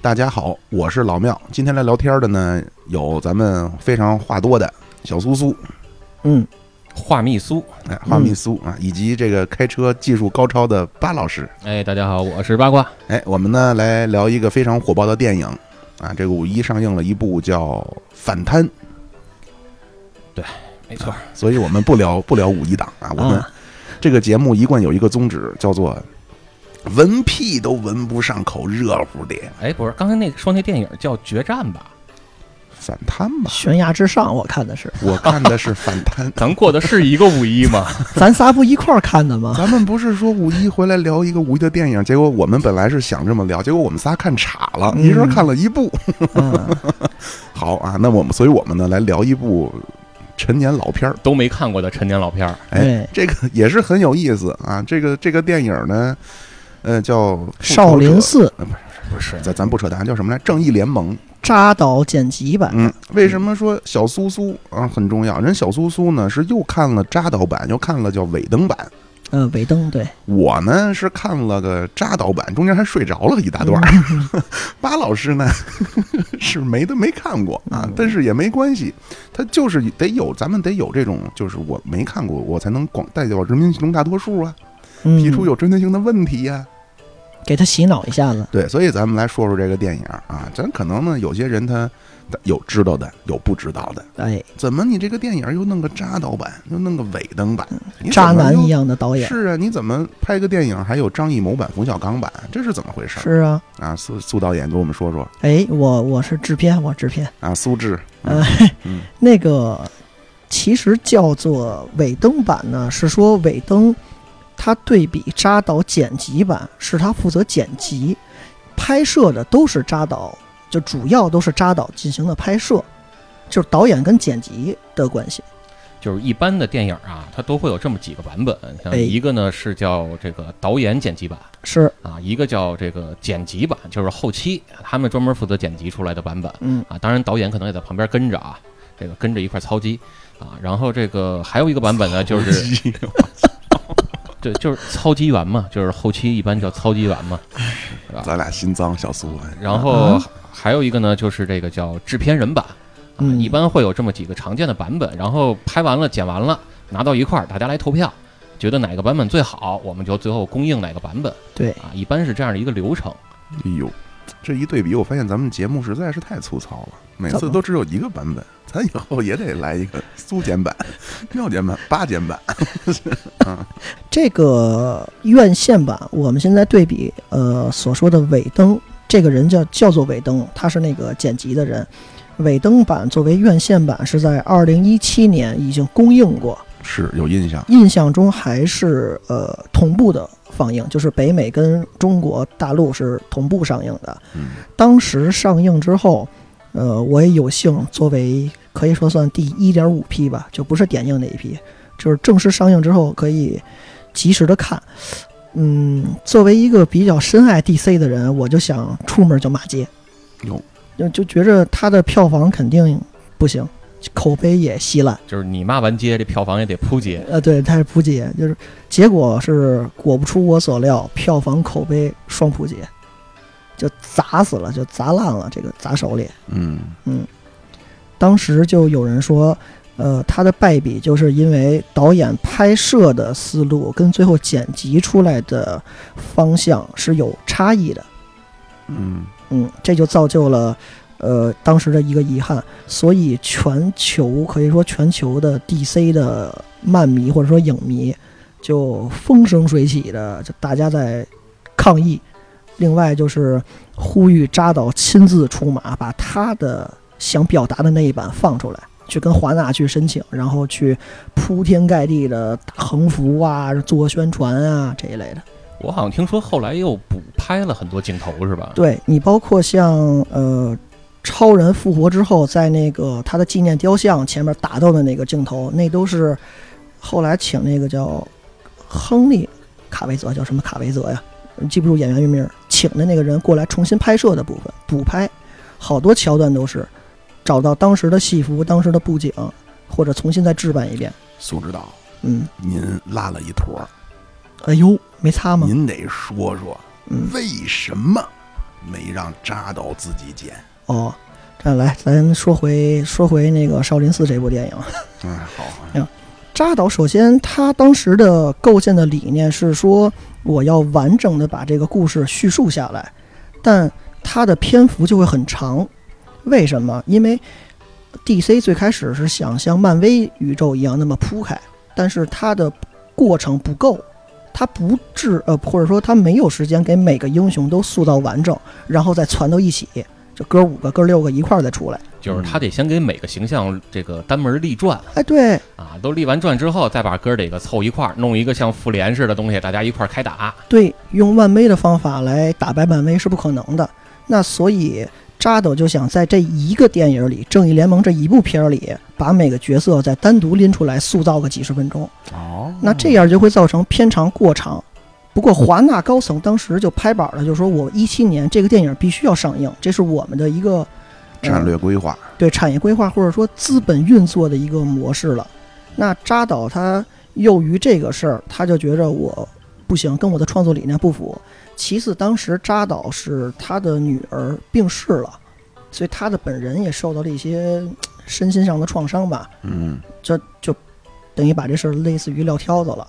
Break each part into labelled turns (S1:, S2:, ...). S1: 大家好，我是老庙。今天来聊天的呢，有咱们非常话多的小苏苏，
S2: 嗯，
S3: 话密苏，
S1: 哎，话密苏啊，以及这个开车技术高超的巴老师。
S3: 哎，大家好，我是八卦。
S1: 哎，我们呢来聊一个非常火爆的电影啊，这个五一上映了一部叫《反贪》，
S3: 没错，
S1: 所以我们不聊不聊五一档啊，我们
S2: 啊
S1: 这个节目一贯有一个宗旨，叫做闻屁都闻不上口，热乎的
S3: 哎，不是，刚才那个说那电影叫《决战》吧？。
S1: 反贪吧。
S2: 悬崖之上，我看的是，
S1: 我看的是反贪
S3: 咱过的是一个五一吗？
S2: 咱仨不一块儿看的吗？
S1: 咱们不是说五一回来聊一个五一的电影，结果我们本来是想这么聊，结果我们仨看岔了，
S2: 嗯
S1: 一人看了一部。
S2: 嗯，
S1: 好啊，那我们，所以我们呢来聊一部陈年老片儿，
S3: 都没看过的陈年老片儿，
S1: 哎，
S2: 对，
S1: 这个也是很有意思啊。这个这个电影呢，呃，叫《
S2: 少林寺
S3: 不是
S1: 咱咱不扯淡，叫什么来？正义联盟。
S2: 扎导剪辑版，
S1: 嗯，为什么说小苏苏啊很重要？人小苏苏呢是又看了扎导版，又看了叫尾灯版。
S2: 嗯，尾灯对，
S1: 我呢是看了个扎导版，中间还睡着了一大段儿。
S2: 嗯
S1: 巴老师呢 是没的没看过啊
S2: 嗯，
S1: 但是也没关系，他就是得有咱们得有这种，就是我没看过，我才能广代表人民群众大多数啊，
S2: 嗯，
S1: 提出有针对性的问题呀、
S2: 给他洗脑一下子，
S1: 对，所以咱们来说说这个电影啊，咱可能呢有些人他他有知道的，有不知道的，
S2: 哎，
S1: 怎么你这个电影又弄个扎导版，又弄个尾灯版，你怎
S2: 渣
S1: 么
S2: 男
S1: 又
S2: 一样的导演，
S1: 是啊，你怎么拍个电影还有张艺谋版、冯小刚版，这是怎么回事儿
S2: 是啊，
S1: 啊？苏苏导演给我们说说
S2: 哎，我我是制片，我制片，
S1: 啊，苏 志，
S2: 呃
S1: 嗯，
S2: 那个其实叫做尾灯版呢，是说尾灯它对比扎导剪辑版，是他负责剪辑，拍摄的都是扎导，就主要都是扎导进行的拍摄，就是导演跟剪辑的关系。
S3: 就是一般的电影啊，它都会有这么几个版本，像
S2: 哎
S3: 一个呢是叫这个导演剪辑版
S2: 是，
S3: 啊，一个叫这个剪辑版，就是后期他们专门负责剪辑出来的版本
S2: 嗯，
S3: 啊。当然，导演可能也在旁边跟着啊，这个跟着一块儿操机啊。然后这个还有一个版本呢，就是对，就是操机员嘛，就是后期一般叫操机员嘛。
S1: 咱俩心脏小苏，哎
S3: 然后还有一个呢，就是这个叫制片人版，啊，
S2: 嗯
S3: 一般会有这么几个常见的版本，然后拍完了、剪完了，拿到一块儿，大家来投票，觉得哪个版本最好，我们就最后供应哪个版本
S2: 对，
S3: 啊，一般是这样的一个流程。
S1: 哎呦，这一对比，我发现咱们节目实在是太粗糙了，每
S2: 怎
S1: 次
S2: 么
S1: 都只有一个版本，咱以后也得来一个苏剪版、 妙剪版、八剪版。
S2: 这个院线版，我们现在对比，呃，所说的尾灯，这个人叫叫做尾灯，他是那个剪辑的人。尾灯版作为院线版是在二零一七年已经公映过，
S1: 是有印象，
S2: 印象中还是呃同步的放映，就是北美跟中国大陆是同步上映的。
S1: 嗯，
S2: 当时上映之后，呃，我也有幸作为可以说算第一点五批吧，就不是点映那一批，就是正式上映之后可以及时的看。嗯，作为一个比较深爱 DC 的人，我就想出门就骂街，
S1: 有
S2: 就就觉着它的票房肯定不行，口碑也稀烂。
S3: 就是你骂完街，这票房也得扑街。
S2: 呃，对，它是扑街，就是结果是果不出我所料，票房口碑双扑街，就砸死了，就砸烂了，这个砸手里。
S1: 嗯，
S2: 当时就有人说，呃，他的败笔就是因为导演拍摄的思路跟最后剪辑出来的方向是有差异的，
S1: 嗯，
S2: 嗯，这就造就了。呃，当时的一个遗憾，所以全球可以说全球的 DC 的漫迷或者说影迷，就风生水起的，就大家在抗议。另外就是呼吁扎导亲自出马，把他的想表达的那一版放出来，去跟华纳去申请，然后去铺天盖地的打横幅啊、做宣传啊这一类的。
S3: 我好像听说后来又补拍了很多镜头，是吧？
S2: 对你包括像呃超人复活之后，在那个他的纪念雕像前面打斗的那个镜头，那都是后来请那个叫亨利·卡维泽，叫什么卡维泽呀？记不住演员原名儿，请的那个人过来重新拍摄的部分补拍，好多桥段都是找到当时的戏服、当时的布景，或者重新再置办一遍。
S1: 苏指导，
S2: 嗯，
S1: 您拉了一坨儿，
S2: 哎呦，没擦吗？
S1: 您得说说
S2: 嗯，
S1: 为什么没让扎导自己剪？
S2: 哦，这样来，咱说回说回那个《少林寺》这部电影。
S1: 嗯，好，
S2: 扎导首先他当时的构建的理念是说，我要完整的把这个故事叙述下来，但它的篇幅就会很长。为什么？因为 DC 最开始是想像漫威宇宙一样那么铺开，但是它的过程不够，它不至呃或者说它没有时间给每个英雄都塑造完整，然后再攒到一起，就哥五个哥六个一块儿再出来。
S3: 就是他得先给每个形象这个单门立传
S2: 哎，对，
S3: 啊，都立完传之后，再把哥儿几个凑一块儿，弄一个像复联似的东西，大家一块儿开打。
S2: 对，用漫威的方法来打败漫威是不可能的。那所以扎导就想在这一个电影里，《正义联盟》这一部片儿里，把每个角色再单独拎出来塑造个几十分钟。
S1: 哦，
S2: 那这样就会造成片长过长。不过华纳高层当时就拍板了，就说我一七年这个电影必须要上映，这是我们的一个、呃
S1: 战略规划，
S2: 对产业规划或者说资本运作的一个模式了。那扎导他囿于这个事儿，他就觉着我不行，跟我的创作理念不符。其次，当时扎导是他的女儿病逝了，所以他的本人也受到了一些嘖身心上的创伤吧，
S1: 嗯，
S2: 这就等于把这事儿类似于撂挑子了。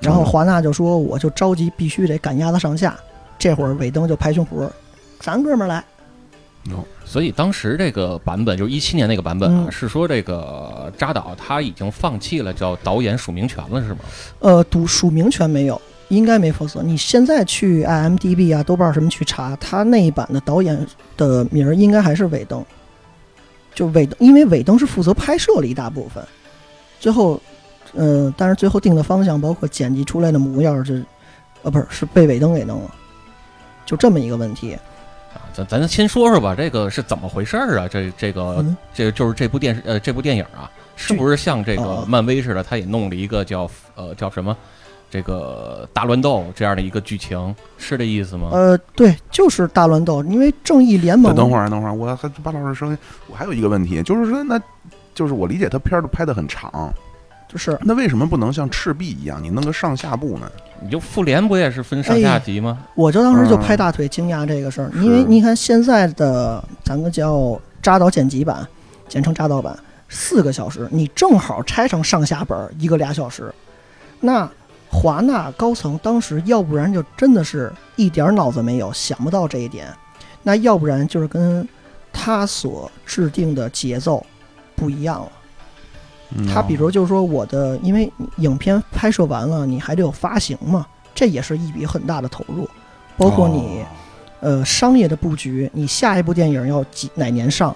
S2: 然后
S1: 嗯
S2: 华纳就说，我就着急，必须得赶鸭子上架。这会儿尾灯就拍胸脯，咱哥们儿来，
S3: 所以当时这个版本就是一七年那个版本啊，
S2: 嗯
S3: 是说这个扎导他已经放弃了叫导演署名权了，是吗？
S2: 呃，赌署名权没有，应该没否则你现在去 IMDB 啊、豆瓣儿什么去查，他那一版的导演的名儿应该还是尾灯，就尾灯，因为尾灯是负责拍摄了一大部分，最后，呃，但是最后定的方向，包括剪辑出来的模样儿是，呃，不是是被尾灯给弄了，就这么一个问题。
S3: 啊，咱咱先说说吧，这个是怎么回事儿啊？这这个
S2: 嗯
S3: 这就是这部电视呃这部电影啊，是不是像这
S2: 哦
S3: 个漫威似的，他也弄了一个叫呃叫什么这个大乱斗这样的一个剧情，是这意思吗？
S2: 呃，对，就是大乱斗，因为正义联盟，
S1: 等会儿，等会儿，我还巴老师声音，我还有一个问题，就是说，那就是我理解他片儿都拍得很长，
S2: 就是
S1: 那为什么不能像赤壁一样，你弄个上下部呢？
S3: 你就复联不也是分上下级吗？
S2: 我就当时就拍
S1: 嗯
S2: 大腿惊讶这个事儿，
S1: 是
S2: 因为你看现在的咱们叫扎导剪辑版，简称扎导版，四个小时，你正好拆成上下本儿一个俩小时。那华纳高层当时要不然就真的是一点儿脑子没有，想不到这一点；那要不然就是跟他所制定的节奏不一样了。
S1: 哦
S2: 他比
S1: 嗯
S2: 如就是说我的，因为影片拍摄完了，你还得有发行嘛，这也是一笔很大的投入，包括你、
S1: 哦
S2: 呃商业的布局，你下一部电影要几哪年上？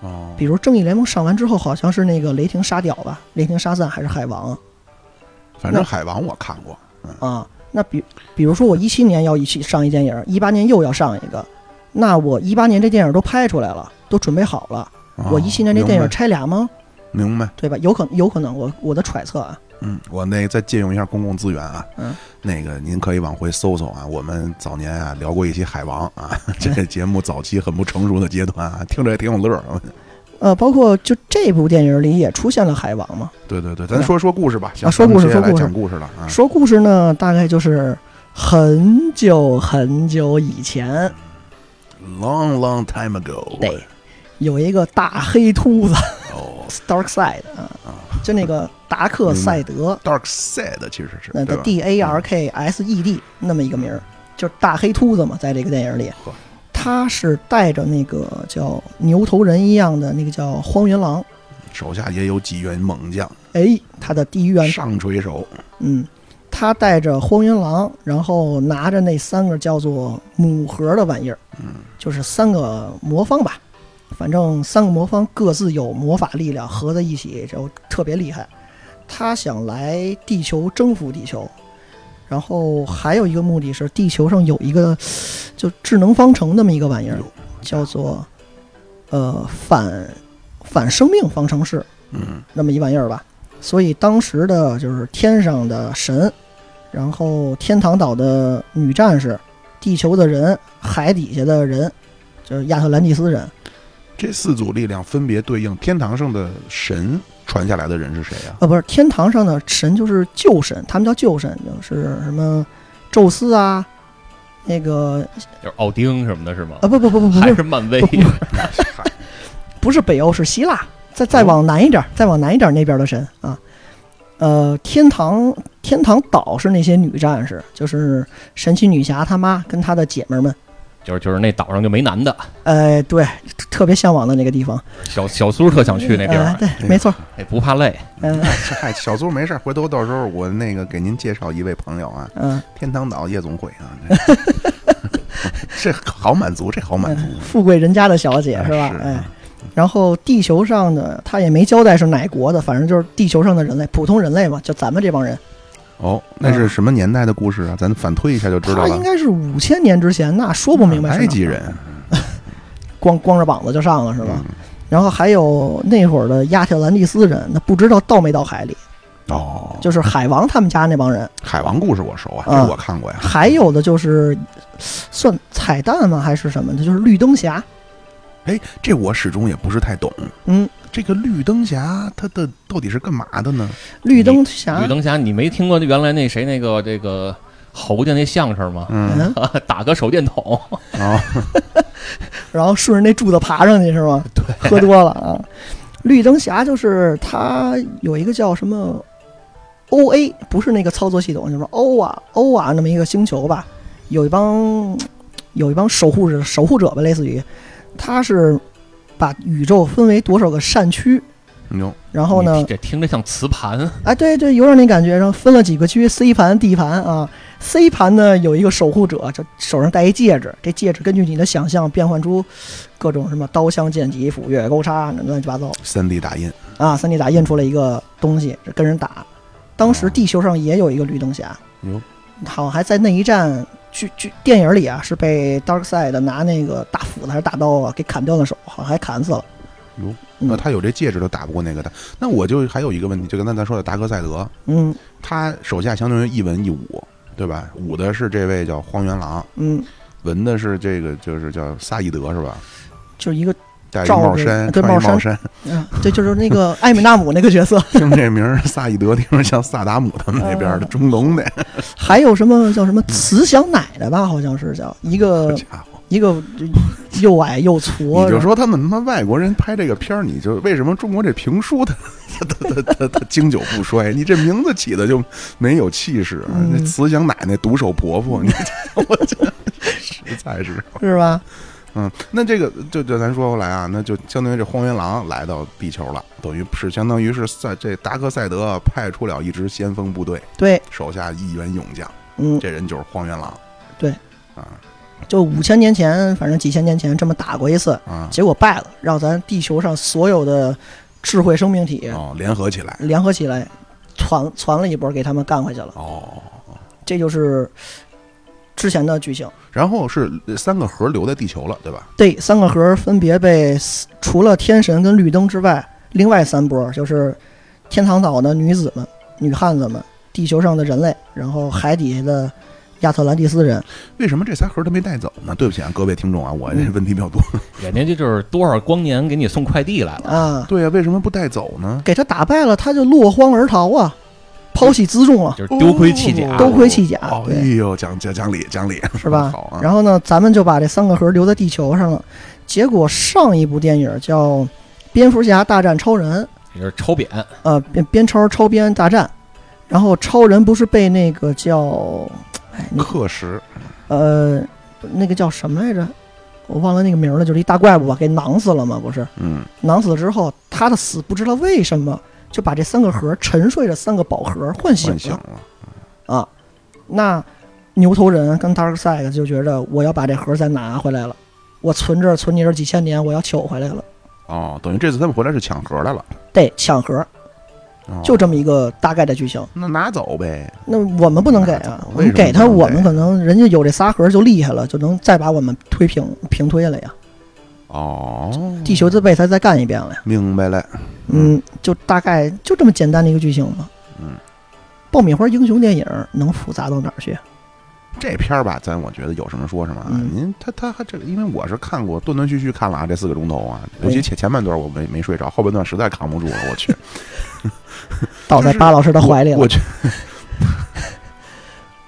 S1: 哦，
S2: 比如《正义联盟》上完之后，好像是那个雷霆沙雕吧，雷霆沙赞还是海王
S1: 反正海王我看过，
S2: 啊？那比比如说我一七年要一起上一电影，一八年又要上一个，那我一八年这电影都拍出来了，都准备好了，
S1: 哦
S2: 我一七年这电影拆俩吗？
S1: 明白，
S2: 对吧？有可有可能，我我的揣测啊，
S1: 嗯，我那再借用一下公共资源啊，
S2: 嗯，
S1: 那个您可以往回搜搜啊，我们早年啊聊过一期海王啊， 这个节目早期很不成熟的阶段啊，听着也挺有乐儿。
S2: 呃，包括就这部电影里也出现了海王嘛。
S1: 对对对，咱说说故事吧，行
S2: 啊说故事
S1: 咱们接下来
S2: 说故事
S1: 讲故事了啊，
S2: 说故事呢，大概就是很久很久以前，
S1: long long time ago，哎
S2: 对，有一个大黑秃子
S1: 哦
S2: Dark Side 啊，就那个达克赛德，
S1: ，dark side 其实是
S2: 那
S1: 对
S2: 个
S1: 吧？
S2: D A R K S E D 那么一个名儿，就是大黑秃子嘛，在这个电影里
S1: 呵，
S2: 他是带着那个叫牛头人一样的那个叫荒原狼，
S1: 手下也有几员猛将，
S2: 哎，他的第一员
S1: 上垂手，
S2: 嗯，他带着荒原狼，然后拿着那三个叫做母盒的玩意儿，
S1: 嗯，
S2: 就是三个魔方吧，反正三个魔方各自有魔法力量，合在一起就特别厉害。他想来地球征服地球，然后还有一个目的是地球上有一个就智能方程那么一个玩意儿
S1: 有，
S2: 叫做呃反反生命方程式
S1: 嗯
S2: 那么一玩意儿吧。所以当时的就是天上的神，然后天堂岛的女战士，地球的人，海底下的人，就是亚特兰蒂斯人。
S1: 这四组力量分别对应天堂上的神传下来的人是谁啊？
S2: 啊，不是天堂上的神就是旧神，他们叫旧神，就是什么宙斯啊，那个
S3: 就是奥丁什么的，是吗
S2: 啊？不不不不不
S3: 还
S2: 是
S3: 是漫威
S2: 不？不不是北欧是希腊，再再往南一点儿，再往南一点儿那边的神啊，呃，天堂天堂岛是那些女战士，就是神奇女侠她妈跟她的姐们儿们，
S3: 就是就是那岛上就没男的，
S2: 呃，对，特特别向往的那个地方，
S3: 小小苏特想去那地
S2: 呃
S3: 儿，
S2: 对，没错儿，
S3: 哎，不怕累。
S2: 嗯、
S1: 嗨，小苏没事儿，回头到时候我那个给您介绍一位朋友啊，
S2: 嗯、
S1: 天堂岛夜总会啊， 这 这好满足，这好满足，
S2: 富贵人家的小姐是吧
S1: 是？
S2: 哎，然后地球上的他也没交代是哪国的，反正就是地球上的人类，普通人类嘛，就咱们这帮人。
S1: 哦，那是什么年代的故事啊？咱反推一下就知道了
S2: 他嗯
S1: 啊
S2: 应。该是五千年之前，那说不明白是哪儿
S1: 埃及人，
S2: 光光着膀子就上了是吧？
S1: 嗯
S2: 然后还有那会儿的亚特兰蒂斯人，那不知道到没到海里，
S1: 哦，
S2: 就是海王他们家那帮人。
S1: 海王故事我熟啊，
S2: 啊
S1: 这我看过呀。
S2: 还有的就是算彩蛋吗？还是什么的？就是绿灯侠，
S1: 哎，这我始终也不是太懂。
S2: 嗯，
S1: 这个绿灯侠他的到底是干嘛的呢？
S2: 绿灯侠
S3: 绿，灯侠，你没听过原来那谁那个这个侯家那相声吗？
S1: 嗯，
S2: 嗯，
S3: 打个手电筒，
S1: 哦，
S2: 然后顺着那柱子爬上去是吗？
S3: 对，
S2: 喝多了啊。绿灯侠就是他有一个叫什么 O A，不是那个操作系统，就是 O 啊 O 啊那么一个星球吧，有一帮有一帮守护者守护者吧，类似于，他是把宇宙分为多少个扇区，
S1: 牛，
S2: 然后
S3: 你
S2: 呢，
S3: 这听着像磁盘，
S2: 哎对对，有点那感觉，然后分了几个区，C 盘 D 盘啊，C 盘呢有一个守护者，就手上戴一戒指，这戒指根据你的想象变换出各种什么刀枪剑戟斧钺钩叉乱七八糟。
S1: 三 D 打印，
S2: 啊，三 D 打印出来一个东西，这跟人打。当时地球上也有一个绿灯侠，
S1: 哟
S2: 好像还在那一战，剧剧电影里啊是被 Dark Side 拿那个大斧子还是大刀啊给砍断了手，好像还砍死了。
S1: 哟，
S2: 嗯
S1: 那他有这戒指都打不过那个的。那我就还有一个问题，就刚才咱说的达克赛德，
S2: 嗯
S1: 他手下相当于一文一武，对吧？武的是这位叫荒原狼，
S2: 嗯，
S1: 文的是这个就是叫萨义德是吧？
S2: 就是一个
S1: 戴一
S2: 罩
S1: 帽
S2: 着
S1: 衫，
S2: 对
S1: 穿一
S2: 帽
S1: 帽衫，
S2: 嗯、对，就是那个艾米纳姆那个角色，
S1: 听这名儿萨义德，听着像萨达姆他们那边的
S2: 嗯
S1: 中东的，
S2: 还有什么叫什么慈祥奶奶吧，好像是叫一
S1: 嗯好
S2: 个
S1: 家伙！
S2: 一个又矮又矬，
S1: 你就说他们他妈外国人拍这个片儿，你就为什么中国这评书 它它它它它它经久不衰？你这名字起的就没有气势啊。
S2: 嗯
S1: 那慈祥奶奶、独手婆婆，你我这 实在是
S2: 是吧？
S1: 嗯。那这个就就咱说回来啊，那就相当于这荒原狼来到地球了，等于是相当于是在这达克赛德派出了一支先锋部队，
S2: 对，
S1: 手下一员勇将，
S2: 嗯，
S1: 这人就是荒原狼
S2: 就五千年前，反正几千年前这么打过一次，
S1: 啊。
S2: 结果败了，让咱地球上所有的智慧生命体
S1: 哦，联合起来
S2: 联合起来，攒攒了一波，给他们干回去了。
S1: 哦。
S2: 这就是之前的剧情。
S1: 然后是三个核留在地球了，对吧？
S2: 对，三个核分别被四除了天神跟绿灯之外，另外三波就是天堂岛的女子们、女汉子们，地球上的人类，然后海底下的亚特兰蒂斯人。
S1: 为什么这仨盒他没带走呢？对不起啊，各位听众啊，我这
S2: 嗯
S1: 问题比较多。
S3: 人家这就是多少光年给你送快递来了。
S2: 啊，
S1: 对呀、为什么不带走呢？
S2: 给他打败了，他就落荒而逃啊，抛弃辎重啊，
S3: 就是丢盔弃甲，
S1: 哦
S2: 丢盔弃甲
S1: 哦
S2: 对
S1: 哎呦，讲讲讲理，讲理
S2: 是吧
S1: 好？啊，
S2: 然后呢，咱们就把这三个盒留在地球上了。结果上一部电影叫《蝙蝠侠大战超人》，
S3: 也就是抽扁，
S2: 呃，蝙蝙超超蝙大战，然后超人不是被那个叫，哎，那个
S1: 克什
S2: 呃，那个叫什么来着？我忘了那个名儿了，就是一大怪物吧，给囊死了嘛，不是？
S1: 嗯，
S2: 囊死了之后，他的死不知道为什么就把这三个盒沉睡着三个宝盒唤醒
S1: 唤
S2: 了。
S1: 醒了，
S2: 啊，那牛头人跟 Dark Side 就觉着我要把这盒再拿回来了，我存这儿存你这儿几千年，我要取回来了，
S1: 哦，等于这次他们回来是抢盒来了，
S2: 得抢盒，
S1: 哦
S2: 就这么一个大概的剧情。
S1: 那拿走呗，
S2: 那我们不能给啊，我
S1: 为什
S2: 们
S1: 么
S2: 给他，
S1: 不能给
S2: 我们可能人家有这仨盒就厉害了，就能再把我们推平平推了呀。
S1: 哦，
S2: 地球之背才再干一遍了呀。
S1: 明白了，
S2: 嗯，就大概就这么简单的一个剧情嘛。
S1: 嗯，
S2: 爆米花英雄电影能复杂到哪儿去？
S1: 这片儿吧，咱我觉得有什么说什么啊。
S2: 嗯
S1: 您他他还这个，因为我是看过断断续续看了啊，这四个钟头啊，尤其
S2: 对
S1: 前前半段我没没睡着，后半段实在扛不住了，我去，
S2: 倒在巴老师的怀里
S1: 我
S2: 了。
S1: 去，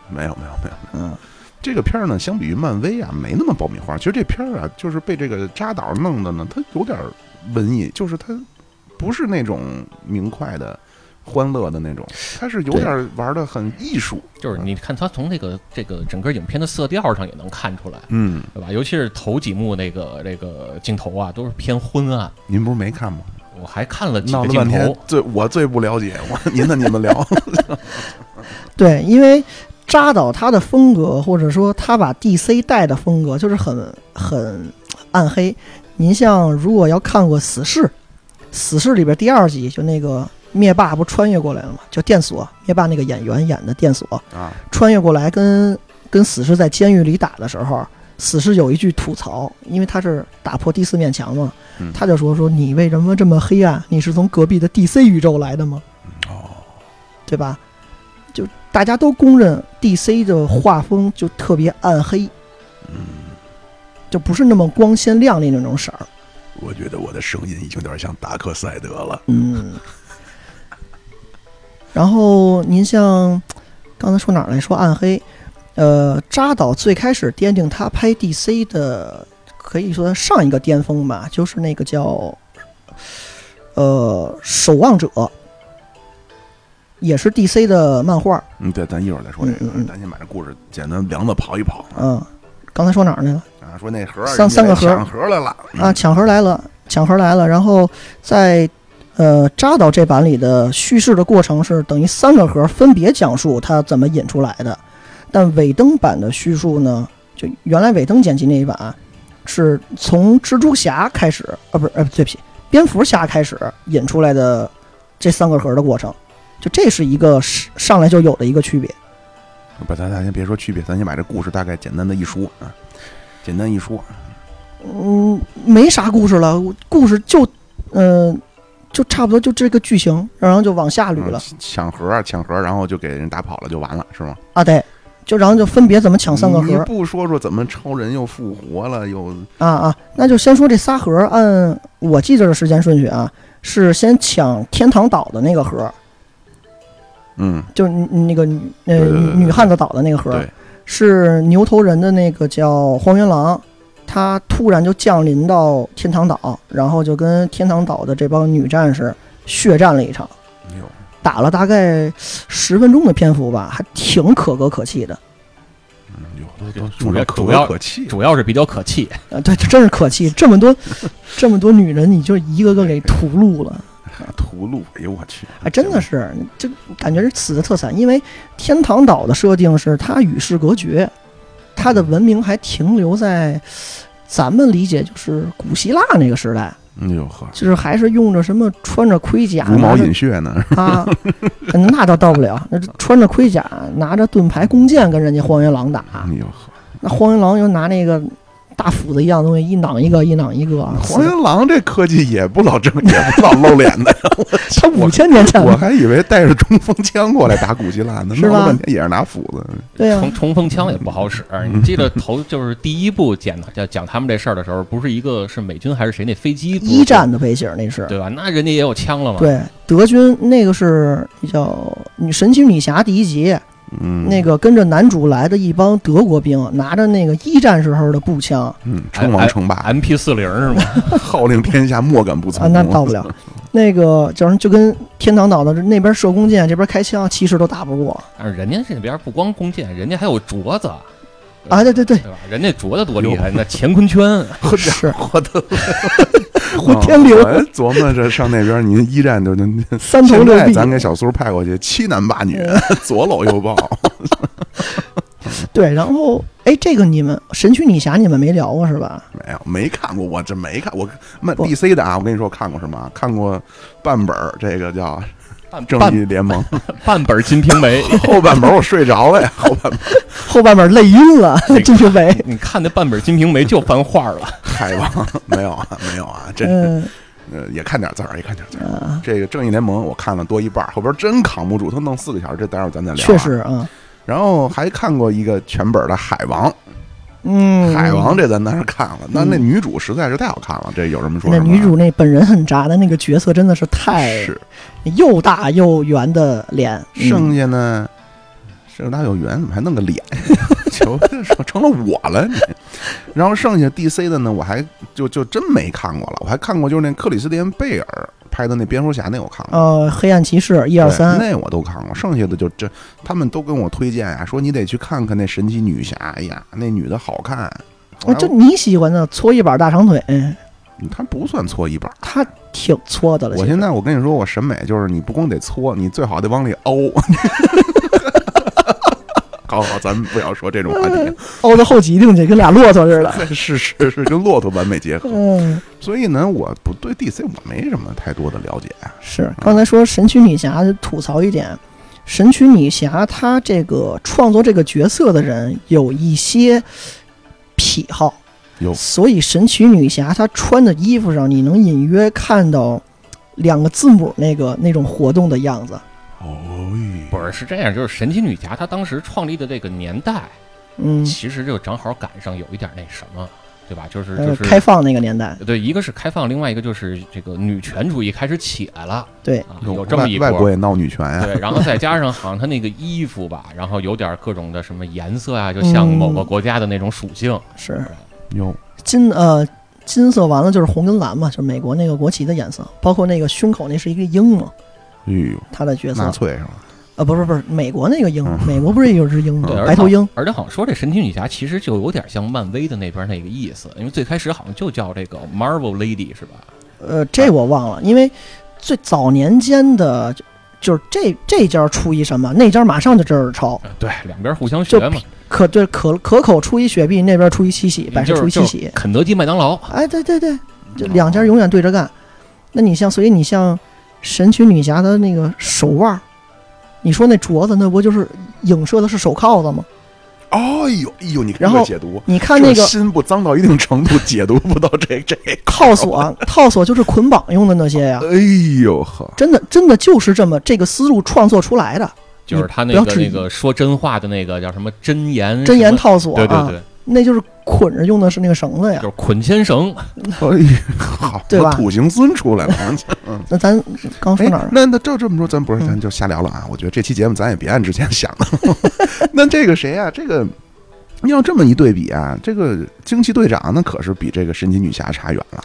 S1: 没有没有没有，
S2: 嗯，
S1: 这个片儿呢，相比于漫威啊，没那么爆米花。其实这片儿啊，就是被这个扎导弄的呢，它有点儿文艺，就是它不是那种明快的。欢乐的那种，它是有
S3: 对
S1: 点儿玩的很艺术，
S3: 就是你看他从这个这个整个影片的色调上也能看出来，
S1: 嗯，
S3: 对吧？尤其是头几幕那个这个镜头啊，都是偏昏暗。
S1: 您不是没看吗？
S3: 我还看了几
S1: 呃闹
S3: 个
S1: 了
S3: 镜
S1: 半天
S3: 头，，
S1: 最我最不了解，我您呢？你们 聊，
S2: 对，因为扎导他的风格，或者说他把 DC 带的风格，就是很很暗黑。您像如果要看过《死侍》，《死侍》里边第二集就那个灭霸不穿越过来了吗？就电锁，灭霸那个演员演的电锁，
S1: 啊，
S2: 穿越过来跟跟死侍在监狱里打的时候，死侍有一句吐槽，因为他是打破第四面墙嘛
S1: 嗯，
S2: 他就说说你为什么这么黑暗？你是从隔壁的 DC 宇宙来的吗？
S1: 哦，
S2: 对吧？就大家都公认 DC 的画风就特别暗黑，
S1: 嗯，
S2: 就不是那么光鲜亮丽那种色儿。
S1: 我觉得我的声音已经有点像达克赛德了，
S2: 嗯。然后您像刚才说哪儿来说暗黑？呃，扎导最开始奠定他拍 DC 的，可以说上一个巅峰吧，就是那个叫呃《守望者》，也是 DC 的漫画。
S1: 嗯，对，咱一会儿再说这
S2: 嗯
S1: 个
S2: 嗯，嗯
S1: 咱先把这故事简单梁子跑一啊跑
S2: 嗯，刚才说哪儿来了？
S1: 啊，说那盒儿
S2: 三三个盒儿
S1: 抢盒来了
S2: 啊，，抢盒来了，抢盒来了。然后在呃扎导这版里的叙事的过程是等于三个盒分别讲述它怎么引出来的，但尾灯版的叙述呢，就原来尾灯剪辑那一版啊是从蜘蛛侠开始，啊不是，呃对不起，蝙蝠侠开始引出来的这三个盒的过程，就这是一个是上来就有的一个区别。
S1: 嗯不，咱咱先别说区别，咱先把这故事大概简单的一说啊，简单一说，
S2: 嗯，没啥故事了，故事就，嗯、就差不多就这个剧情，然后就往下捋
S1: 嗯
S2: 了、
S1: 抢盒儿抢盒儿，然后就给人打跑了，就完了，是吗？
S2: 啊。对，就然后就分别怎么抢三个
S1: 你
S2: 盒
S1: 不说说怎么超人又复活了，又
S2: 啊啊，那就先说这仨盒，按我记着的时间顺序啊，是先抢天堂岛的那个盒，
S1: 嗯，
S2: 就是你你那个女呃
S1: 对对对对
S2: 女汉子岛的那个盒
S1: 对，
S2: 是牛头人的那个叫荒原狼。他突然就降临到天堂岛，然后就跟天堂岛的这帮女战士血战了一场。
S1: 哎呦，
S2: 打了大概十分钟的篇幅吧，还挺可歌可泣的。
S1: 有都都
S3: 主要
S1: 可
S3: 主要
S1: 可气，
S3: 主要是比较可气。
S2: 啊，对，这真是可气！这么多， 这么多女人，你就一个个给屠戮了，
S1: 屠戮，哎呦我去，
S2: 啊，真的是，就感觉是死的特惨。因为天堂岛的设定是它与世隔绝，它的文明还停留在咱们理解就是古希腊那个时代，
S1: 哎呦呵，
S2: 就是还是用着什么穿着盔甲，
S1: 茹毛
S2: 拿着
S1: 饮血呢，
S2: 啊，嗯那倒到不了，那穿着盔甲，拿着盾牌、弓箭跟人家荒原狼打。
S1: 哎呦呵，
S2: 那黄原狼又拿那个大斧子一样的东西，一攮一个，一攮一个啊。
S1: 黄原狼这科技也不老正，也不老露脸的，
S2: 他五千年 前
S1: 我
S2: 的，
S1: 还以为带着冲锋枪过来打古希腊呢，
S2: 是
S1: 闹了
S2: 吧
S1: 半天也是拿斧子，
S2: 对啊呀、
S3: 冲冲锋枪也不 好使。你记得头就是第一部讲讲讲他们这事儿的时候，不是一个是美军还是谁那飞机
S2: 一战的背景那是。
S3: 对吧？那人家也有枪 了嘛。
S2: 对，德军那个是叫女神奇女侠第一集，
S1: 嗯，
S2: 那个跟着男主来的一帮德国兵，拿着那个一战时候的步枪
S1: 嗯，称王称霸，
S3: ，MP 四零是吗？
S1: 号令天下，莫敢不从。
S2: 哎啊，那到不了。 那个叫什么，就跟天堂岛的那边射弓箭，这边开枪，其实都打不过
S3: 但是人家这边不光弓箭，人家还有镯子，
S2: 啊。对 对对，
S3: 对吧？人家镯子多厉害，那乾坤圈。
S1: 呵家
S2: 是
S1: 伙的，
S2: 胡天流
S1: 哦我还琢磨着上那边，您一战就您。
S2: 三头
S1: 现
S2: 六
S1: 在
S2: 臂。
S1: 咱给小苏派过去，七男八 女，左搂右抱。
S2: 对，然后哎，这个你们神曲女侠你们没聊过是吧？
S1: 没有，没看过，我真没看。我漫
S2: 不
S1: DC 的啊，我跟你说，我看过什么啊？看过半本儿，这个叫
S3: 半
S1: 正
S3: 半
S1: 义联盟
S3: 半本《金瓶梅》，
S1: 后半本儿我睡着了呀，后半本儿
S2: 后半本累晕了， 金瓶梅。
S3: 你看那半本《金瓶梅》就翻画了。
S1: 太棒了，没有啊，没有啊，这
S2: 嗯
S1: 呃也看点字儿，也看点字儿。
S2: 啊，
S1: 这个正义联盟我看了多一半儿，后边儿真扛不住，他弄四个小时，这待会儿咱再聊、
S2: 确实，啊，
S1: 然后还看过一个全本儿的《海王》，
S2: 嗯，
S1: 海王这咱当时看了，那那女主实在是太好看了，这有什么说
S2: 那
S1: 什么啊？
S2: 女主那本人很渣，但那个角色真的是太
S1: 是
S2: 又大又圆的脸，嗯
S1: 剩下呢，这大有缘，怎么还弄个脸？ 就成成了我了你。然后剩下 DC 的呢，我还就就真没看过了，我还看过就是那克里斯蒂安贝尔拍的那蝙蝠侠那我看过。
S2: 呃，黑暗骑士一
S1: 对
S2: 二三，
S1: 那我都看过，剩下的就这，他们都跟我推荐啊，说你得去看看那神奇女侠，哎呀，那女的好看。啊
S2: 哦这你喜欢的搓衣板大长腿，
S1: 嗯她不算搓衣板儿，
S2: 他挺搓的了。
S1: 我
S2: 其实
S1: 现在我跟你说，我审美就是你不光得搓，你最好得往里凹。 好好，咱们不要说这种话题。
S2: 凹哦到后脊梁去，跟俩骆驼似的。
S1: 是是是，跟骆驼完美结合。
S2: 嗯，
S1: 所以呢，我不对 DC 我没什么太多的了解。啊嗯
S2: 是刚才说神奇女侠，吐槽一点，神奇女侠她这个创作这个角色的人有一些癖好，
S1: 有
S2: 所以神奇女侠她穿的衣服上，你能隐约看到两个字母那个那种活动的样子。
S1: 哦，
S3: 不是是这样，就是神奇女侠她当时创立的这个年代，
S2: 嗯，
S3: 其实就正好赶上有一点那什么，对吧？就是
S2: 呃
S3: 就，
S2: 开
S3: 是。
S2: 放那个年代，
S3: 对，一个是开放，另外一个就是这个女权主义开始起来了
S2: 对，
S3: 啊，有这么一
S1: 嗯外外
S3: 波
S1: 国。也闹女权啊呀、
S3: 对，然后再加上好像他那个衣服吧，然后有点各种的什么颜色啊，就
S2: 嗯
S3: 像某个国家的那种属性。
S2: 是
S1: 有
S2: 金呃金色完了就是红跟蓝嘛，就是美国那个国旗的颜色，包括那个胸口那是一个鹰嘛，
S1: 哎呦，
S2: 他的角色
S1: 纳粹是吧？
S2: 呃不是不是美国那个鹰
S1: 嗯，
S2: 美国不是有只鹰吗
S3: 对，而？且
S2: 白头鹰，
S3: 而且好像说这神奇女侠其实就有点像漫威的那边那个意思，因为最开始好像就叫这个 Marvel Lady 是吧？
S2: 呃这我忘了，因为最早年间的就就是这这家出一什么，那家马上就正是抄，
S3: 对，两边互相学嘛，
S2: 可对可可口出一雪碧，那边出一七喜，百事
S3: 嗯就是
S2: 出一
S3: 就哦
S2: 七
S3: 是
S2: 喜，
S3: 肯德基、麦当劳，
S2: 哎对对对，就两家永远对着干。那你像，所以你像神奇女侠的那个手腕儿，你说那镯子，那不就是影射的是手铐子吗？
S1: 哦呦哎呦，你看
S2: 然后
S1: 这解读，
S2: 你看啊那
S1: 这
S2: 个
S1: 心不脏到一定程度，解读不到 这这。
S2: 套索，套索就是捆绑用的那些呀，
S1: 哎呦呵，
S2: 真的真的就是这么这个思路创作出来的
S3: 就是他
S2: 不
S3: 那
S2: 要
S3: 个
S2: 质疑
S3: 那个说真话的那个叫什么真言
S2: 真言
S3: 什么
S2: 套索
S3: 对对
S2: 啊，
S3: 对，
S2: 那就是捆着用的是那个绳子呀
S3: 就。是捆牵绳，
S1: 哎呦，好，
S2: 对吧
S1: 我土行孙出来了。
S2: 那咱刚说
S1: 哎
S2: 哪儿，了？
S1: 那那照这么说，咱不是
S2: 嗯
S1: 咱就瞎聊了啊！我觉得这期节目咱也别按之前想的。 那这个谁啊？这个你要这么一对比啊，这个惊奇队长那可是比这个神奇女侠差远了。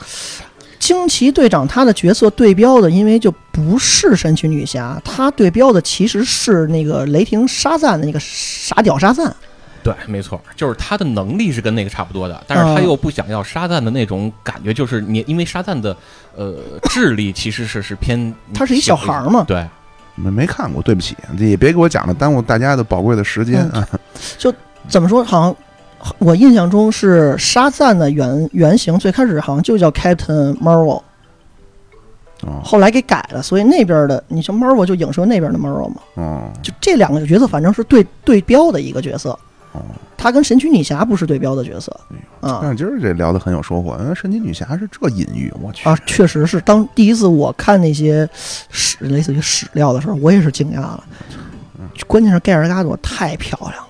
S2: 惊奇队长他的角色对标的，因为就不是神奇女侠，他对标的其实是那个雷霆沙赞的那个傻屌沙赞。
S3: 对，没错，就是他的能力是跟那个差不多的，但
S2: 嗯
S3: 是他又不想要沙赞的那种感觉，就是你因为沙赞的呃智力其实是是偏，
S2: 他是一小孩
S1: 嗯
S2: 儿嘛
S3: 对，
S1: 没没看过，对不起，也别给我讲了，耽误大家的宝贵的时间啊！
S2: 怎么说？好像我印象中是沙赞的原原型最开始好像就叫 Captain Marvel，
S1: 哦
S2: 后来给改了，所以那边的你像 Marvel 就影射那边的 Marvel 嘛。
S1: 哦
S2: 就这两个角色，反正是对对标的一个角色，
S1: 哦！哎
S2: 他跟神奇女侠不是对标的角色啊
S1: 但是今儿这聊的很有收获，嗯，神奇女侠是这隐喻，我去
S2: 啊，确实是。当第一次我看那些史类似于史料的时候，我也是惊讶了。
S1: 嗯
S2: 关键是盖尔加朵太漂亮了，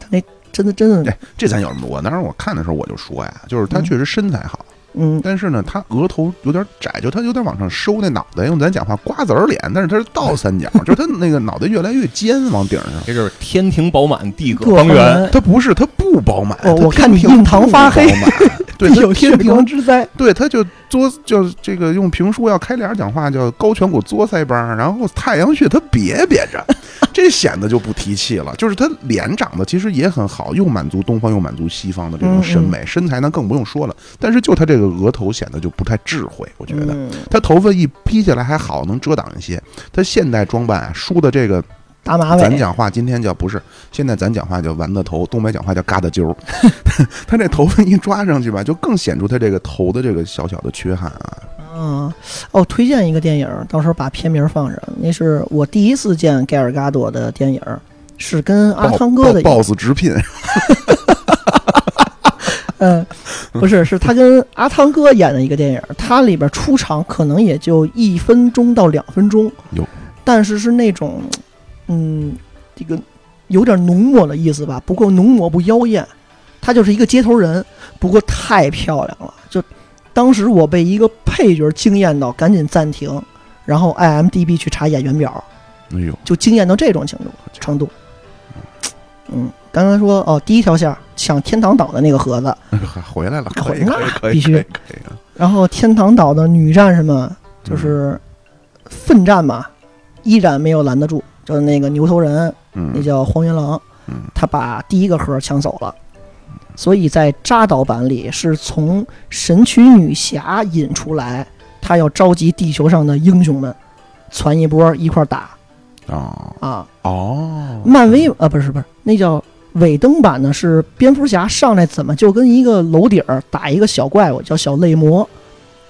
S2: 她那真的真的，
S1: 哎，这咱有什么？我当时我看的时候我就说呀，就是她
S2: 嗯
S1: 确实身材好，
S2: 嗯，
S1: 但是呢，她额头有点窄，就她有点往上收，那脑袋用咱讲话瓜子儿脸，但是她是倒三角，就是她那个脑袋越来越尖，往顶上。
S3: 这就是天庭饱满，地
S2: 各
S3: 阁
S2: 方
S3: 方圆。
S2: 面
S1: 她不是，她不饱满。她
S2: 哦我看你
S1: 天平
S2: 印堂发黑
S1: 不饱满， 对，她
S2: 有血
S1: 天
S2: 光
S1: 平，
S2: 之灾。
S1: 对，她就作就这个用评书要开脸讲话叫高颧骨作腮帮，然后太阳穴她别别着，这显得就不提气了。就是她脸长得其实也很好，又满足东方又满足西方的这种审美，身材呢更不用说了。但是就她这个额头显得就不太智慧，我觉得。
S2: 嗯
S1: 他头发一披下来还好，能遮挡一些。他现代装扮啊，梳的这个，
S2: 大马
S1: 咱
S2: 尾，
S1: 讲话今天叫不是，现在咱讲话叫丸子头，东北讲话叫疙瘩揪儿。 他这头发一抓上去吧，就更显出他这个头的这个小小的缺憾啊。
S2: 嗯，哦，推荐一个电影儿，到时候把片名放上。那是我第一次见盖尔嘎多的电影儿，是跟阿汤啊哥的一，
S1: boss 直聘，
S2: 嗯，不是，是他跟阿汤哥演的一个电影儿，他里边出场可能也就一分钟到两分钟
S1: 哟，
S2: 但是是那种，嗯，这个有点浓墨的意思吧，不够浓墨不妖艳，他就是一个街头人，不过太漂亮了，就当时我被一个配角惊艳到，赶紧暂停，然后 IMDB 去查演员表，
S1: 哎呦，
S2: 就惊艳到这种程度程度。嗯，刚刚说哦，第一条线儿抢天堂岛的那个盒子，
S1: 还回来了，可以
S2: 回
S1: 可以
S2: 来了
S1: 可以，
S2: 必须
S1: 可以可以啊
S2: 然后天堂岛的女战士
S1: 嗯
S2: 们就是奋战嘛，依然没有拦得住，就是那个牛头人，那
S1: 嗯，
S2: 叫荒原狼
S1: 嗯，
S2: 他把第一个盒抢走了。所以在扎导版里是从神奇女侠引出来，他要召集地球上的英雄们，攒一波一块儿打
S1: 哦
S2: 啊！
S1: 哦，
S2: 漫威啊，不是不是，那叫尾灯版呢，是蝙蝠侠上来怎么就跟一个楼顶儿打一个小怪物，叫小泪魔，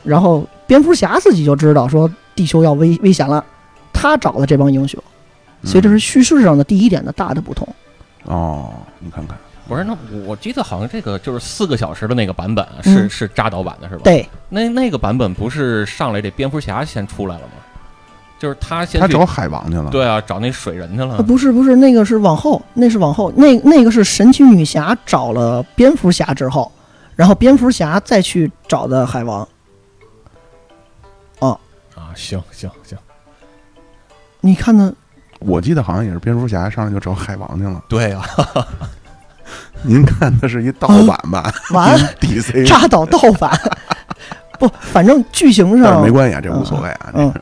S2: 然后蝙蝠侠自己就知道说地球要危危险了，他找了这帮英雄，
S1: 嗯
S2: 所以这是叙事上的第一点的大的不同。
S1: 哦，你看看，
S3: 不是，那我记得好像这个就是四个小时的那个版本啊是、
S2: 嗯
S3: 是扎导版的是吧？，
S2: 对，
S3: 那那个版本不是上来这蝙蝠侠先出来了吗？就是他先
S1: 他
S3: 去
S1: 找海王去了，
S3: 对啊，找那水人去
S2: 啊
S1: 嗯
S3: 了。
S2: 不是不是，那个是往后，那是往后，那那个是神奇女侠找了蝙蝠侠之后，然后蝙蝠侠再去找的海王。
S3: 啊，行行行，
S2: 你看呢？
S1: 我记得好像也是蝙蝠侠上来就找海王去了。
S3: 对啊，
S1: 您看的是一盗版 吧？嗯
S2: 完
S1: DC
S2: 扎导盗版，不，反正剧情
S1: 但是
S2: 上
S1: 没关系啊，这无所谓啊。
S2: 嗯，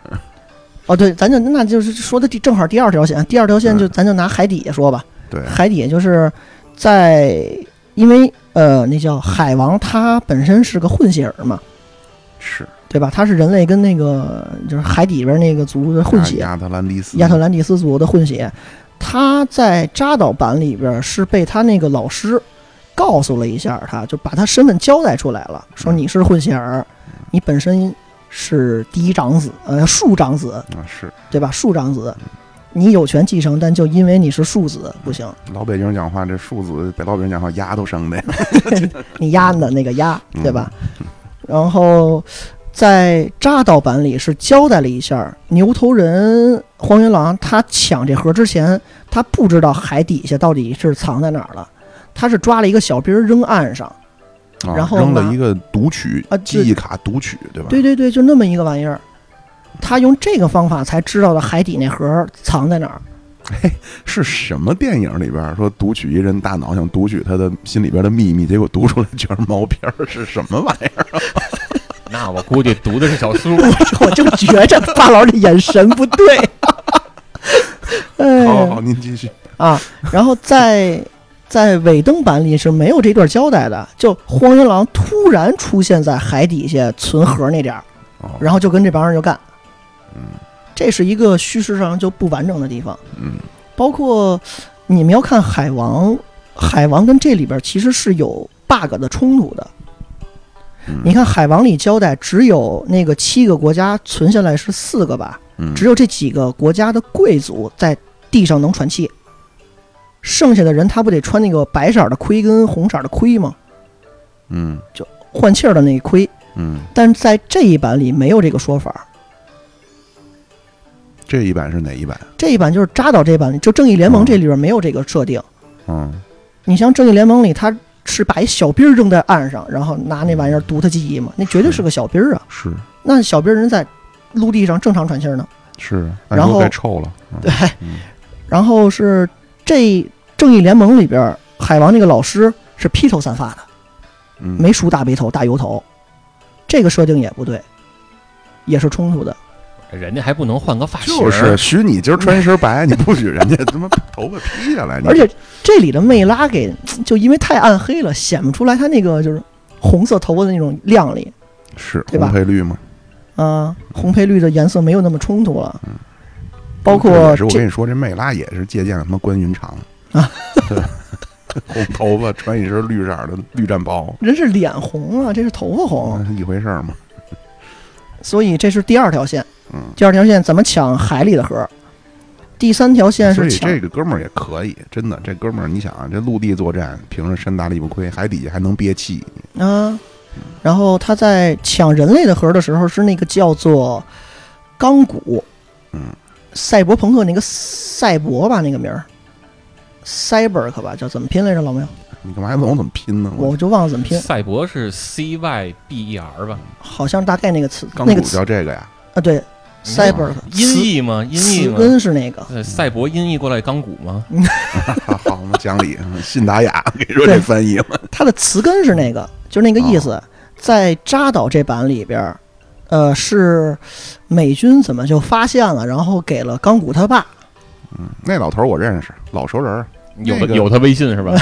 S2: 哦对，咱就那就是说的第正好第二条线，第二条线就咱就拿海底下说吧，
S1: 对，
S2: 海底下就是在因为呃那叫海王他本身是个混血儿嘛，
S1: 是
S2: 对吧？他是人类跟那个就是海底边那个族的混血，
S1: 亚亚特兰蒂斯，
S2: 啊亚特兰蒂斯族的混血，他在扎导版里边是被他那个老师告诉了一下他，就把他身份交代出来了，说你是混血儿，你本身是第一长子，呃，庶长子，
S1: 啊，是
S2: 对吧？庶长子，你有权继承，但就因为你是庶子不行，
S1: 老北京讲话，这庶子北老北京讲话，丫都生 的。
S2: 你丫的那个丫，
S1: 嗯
S2: 对吧？然后在扎导版里是交代了一下，牛头人荒原狼他抢这盒之前，他不知道海底下到底是藏在哪儿了，他是抓了一个小兵儿扔岸上，
S1: 啊
S2: 然后
S1: 扔了
S2: 拿
S1: 一个读取
S2: 啊
S1: 记忆卡读取，对吧？
S2: 对对对，就那么一个玩意儿。他用这个方法才知道的海底那盒藏在哪儿，
S1: 是什么电影里边说读取一人大脑，想读取他的心里边的秘密，结果读出来全是毛片儿，是什么玩意儿？
S3: 那我估计读的是小 苏。
S2: 我就觉着大佬这眼神不对。 哎呀，
S1: 好好，您继续。
S2: 啊，然后 在在尾灯版里是没有这段交代的，就荒原狼突然出现在海底下存盒那点儿，
S1: 哦，
S2: 然后就跟这帮人就干，
S1: 嗯
S2: 这是一个叙事上就不完整的地方。
S1: 嗯，
S2: 包括你们要看海王，海王跟这里边其实是有 bug 的冲突的。
S1: 嗯
S2: 你看海王里交代，只有那个七个国家存下来是四个吧，
S1: 嗯
S2: 只有这几个国家的贵族在地上能喘气，剩下的人他不得穿那个白色儿的盔跟红色儿的盔吗？
S1: 嗯
S2: 换气儿的那盔，
S1: 嗯，
S2: 但是在这一版里没有这个说法儿。
S1: 这一版是哪一版？
S2: 这一版就是扎导这版，就正义联盟
S1: 嗯
S2: 这里边没有这个设定。
S1: 嗯，
S2: 你像正义联盟里，他是把一小兵儿扔在岸上，然后拿那玩意儿读他记忆嘛，那绝对是个小兵儿啊。
S1: 是
S2: 那小兵儿人在陆地上正常喘气儿呢。
S1: 是，
S2: 然
S1: 按说
S2: 后
S1: 该哎臭了。嗯
S2: 对，
S1: 嗯
S2: 然后是这正义联盟里边儿，海王那个老师是披头散发的，
S1: 嗯，
S2: 没梳大背头、大油头，这个设定也不对，也是冲突的。
S3: 人家还不能换个发型儿，
S1: 就是许你今儿穿一身白，你不许人家他妈头发披下来，你
S2: 而且这里的魅拉给就因为太暗黑了，显不出来他那个就是红色头发的那种亮丽。
S1: 是
S2: 对吧
S1: 红配绿吗？
S2: 啊，红配绿的颜色没有那么冲突了。包
S1: 嗯这
S2: 括
S1: 也是我跟
S2: 这
S1: 你说，这魅拉也是借鉴了他妈关云长
S2: 啊，
S1: 对 红头发穿一身绿色的绿战袍，嗯
S2: 人是脸红啊，这是头发红，
S1: 那是一回事儿嘛。
S2: 所以这是第二条线。
S1: 嗯，
S2: 第二条线怎么抢海里的核？第三条线
S1: 所
S2: 是
S1: 以
S2: 抢
S1: 这个哥们儿也可以，真的，这哥们儿，你想啊，这陆地作战，凭着山大力不亏，海底下还能憋气，
S2: 啊，然后他在抢人类的核的时候是那个叫做钢骨，
S1: 嗯，
S2: 赛博朋克那个赛博吧，那个名儿，cyberk 吧，叫怎么拼来着？老meu，
S1: 你干嘛还问我怎么拼呢？
S2: 我就忘了怎么拼，
S3: 赛博是 C Y B E R 吧？
S2: 好像大概那个词，
S1: 钢
S2: 那
S1: 骨
S2: 个词
S1: 叫这个呀？
S2: 啊，对，cyberk
S3: 音译吗？音
S2: 词
S3: 译
S2: 词
S3: 吗？
S2: 根是那个，
S3: 呃，赛博音译过来钢骨吗？
S1: 好嘛，讲理，嗯信达雅，我跟你说这
S2: 对
S1: 翻译嘛，
S2: 它的词根是那个，就是那个意
S1: 哦
S2: 思。在扎导这版里边儿，呃，是美军怎么就发现了，然后给了钢骨他爸，
S1: 那老头儿我认识，老熟人儿。
S3: 有
S1: 那
S3: 他
S1: 个
S3: 有他微信是 吧？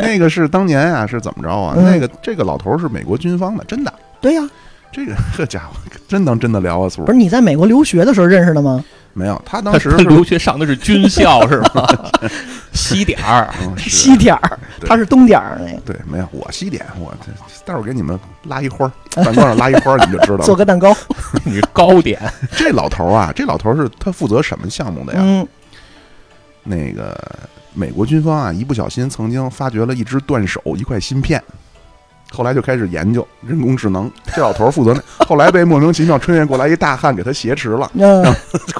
S1: 那个是当年啊，是怎么着啊？
S2: 嗯
S1: 那个这个老头儿是美国军方的，真的，
S2: 对呀、
S1: 这个这家伙真当真的聊啊，苏
S2: 不是你在美国留学的时候认识的吗？
S1: 没有，他
S3: 他
S1: 当时
S3: 他
S1: 是
S3: 留学上的是军校是吗？ 西点儿，
S1: 嗯 是
S2: 西点儿，
S1: 对
S2: 他是东点儿那个，
S1: 对，没有我西点，我这待会儿给你们拉一花儿，饭桌上拉一花儿，你们就知道
S2: 做
S1: 了。
S2: 个蛋糕。
S3: 你是高点，
S1: 这老头儿啊，这老头儿是他负责什么项目的呀？
S2: 嗯，
S1: 那个美国军方啊，一不小心曾经发掘了一只断手，一块芯片。后来就开始研究人工智能，这老头儿负责那，后来被莫名其妙穿越过来一大汉给他挟持了，
S2: 那、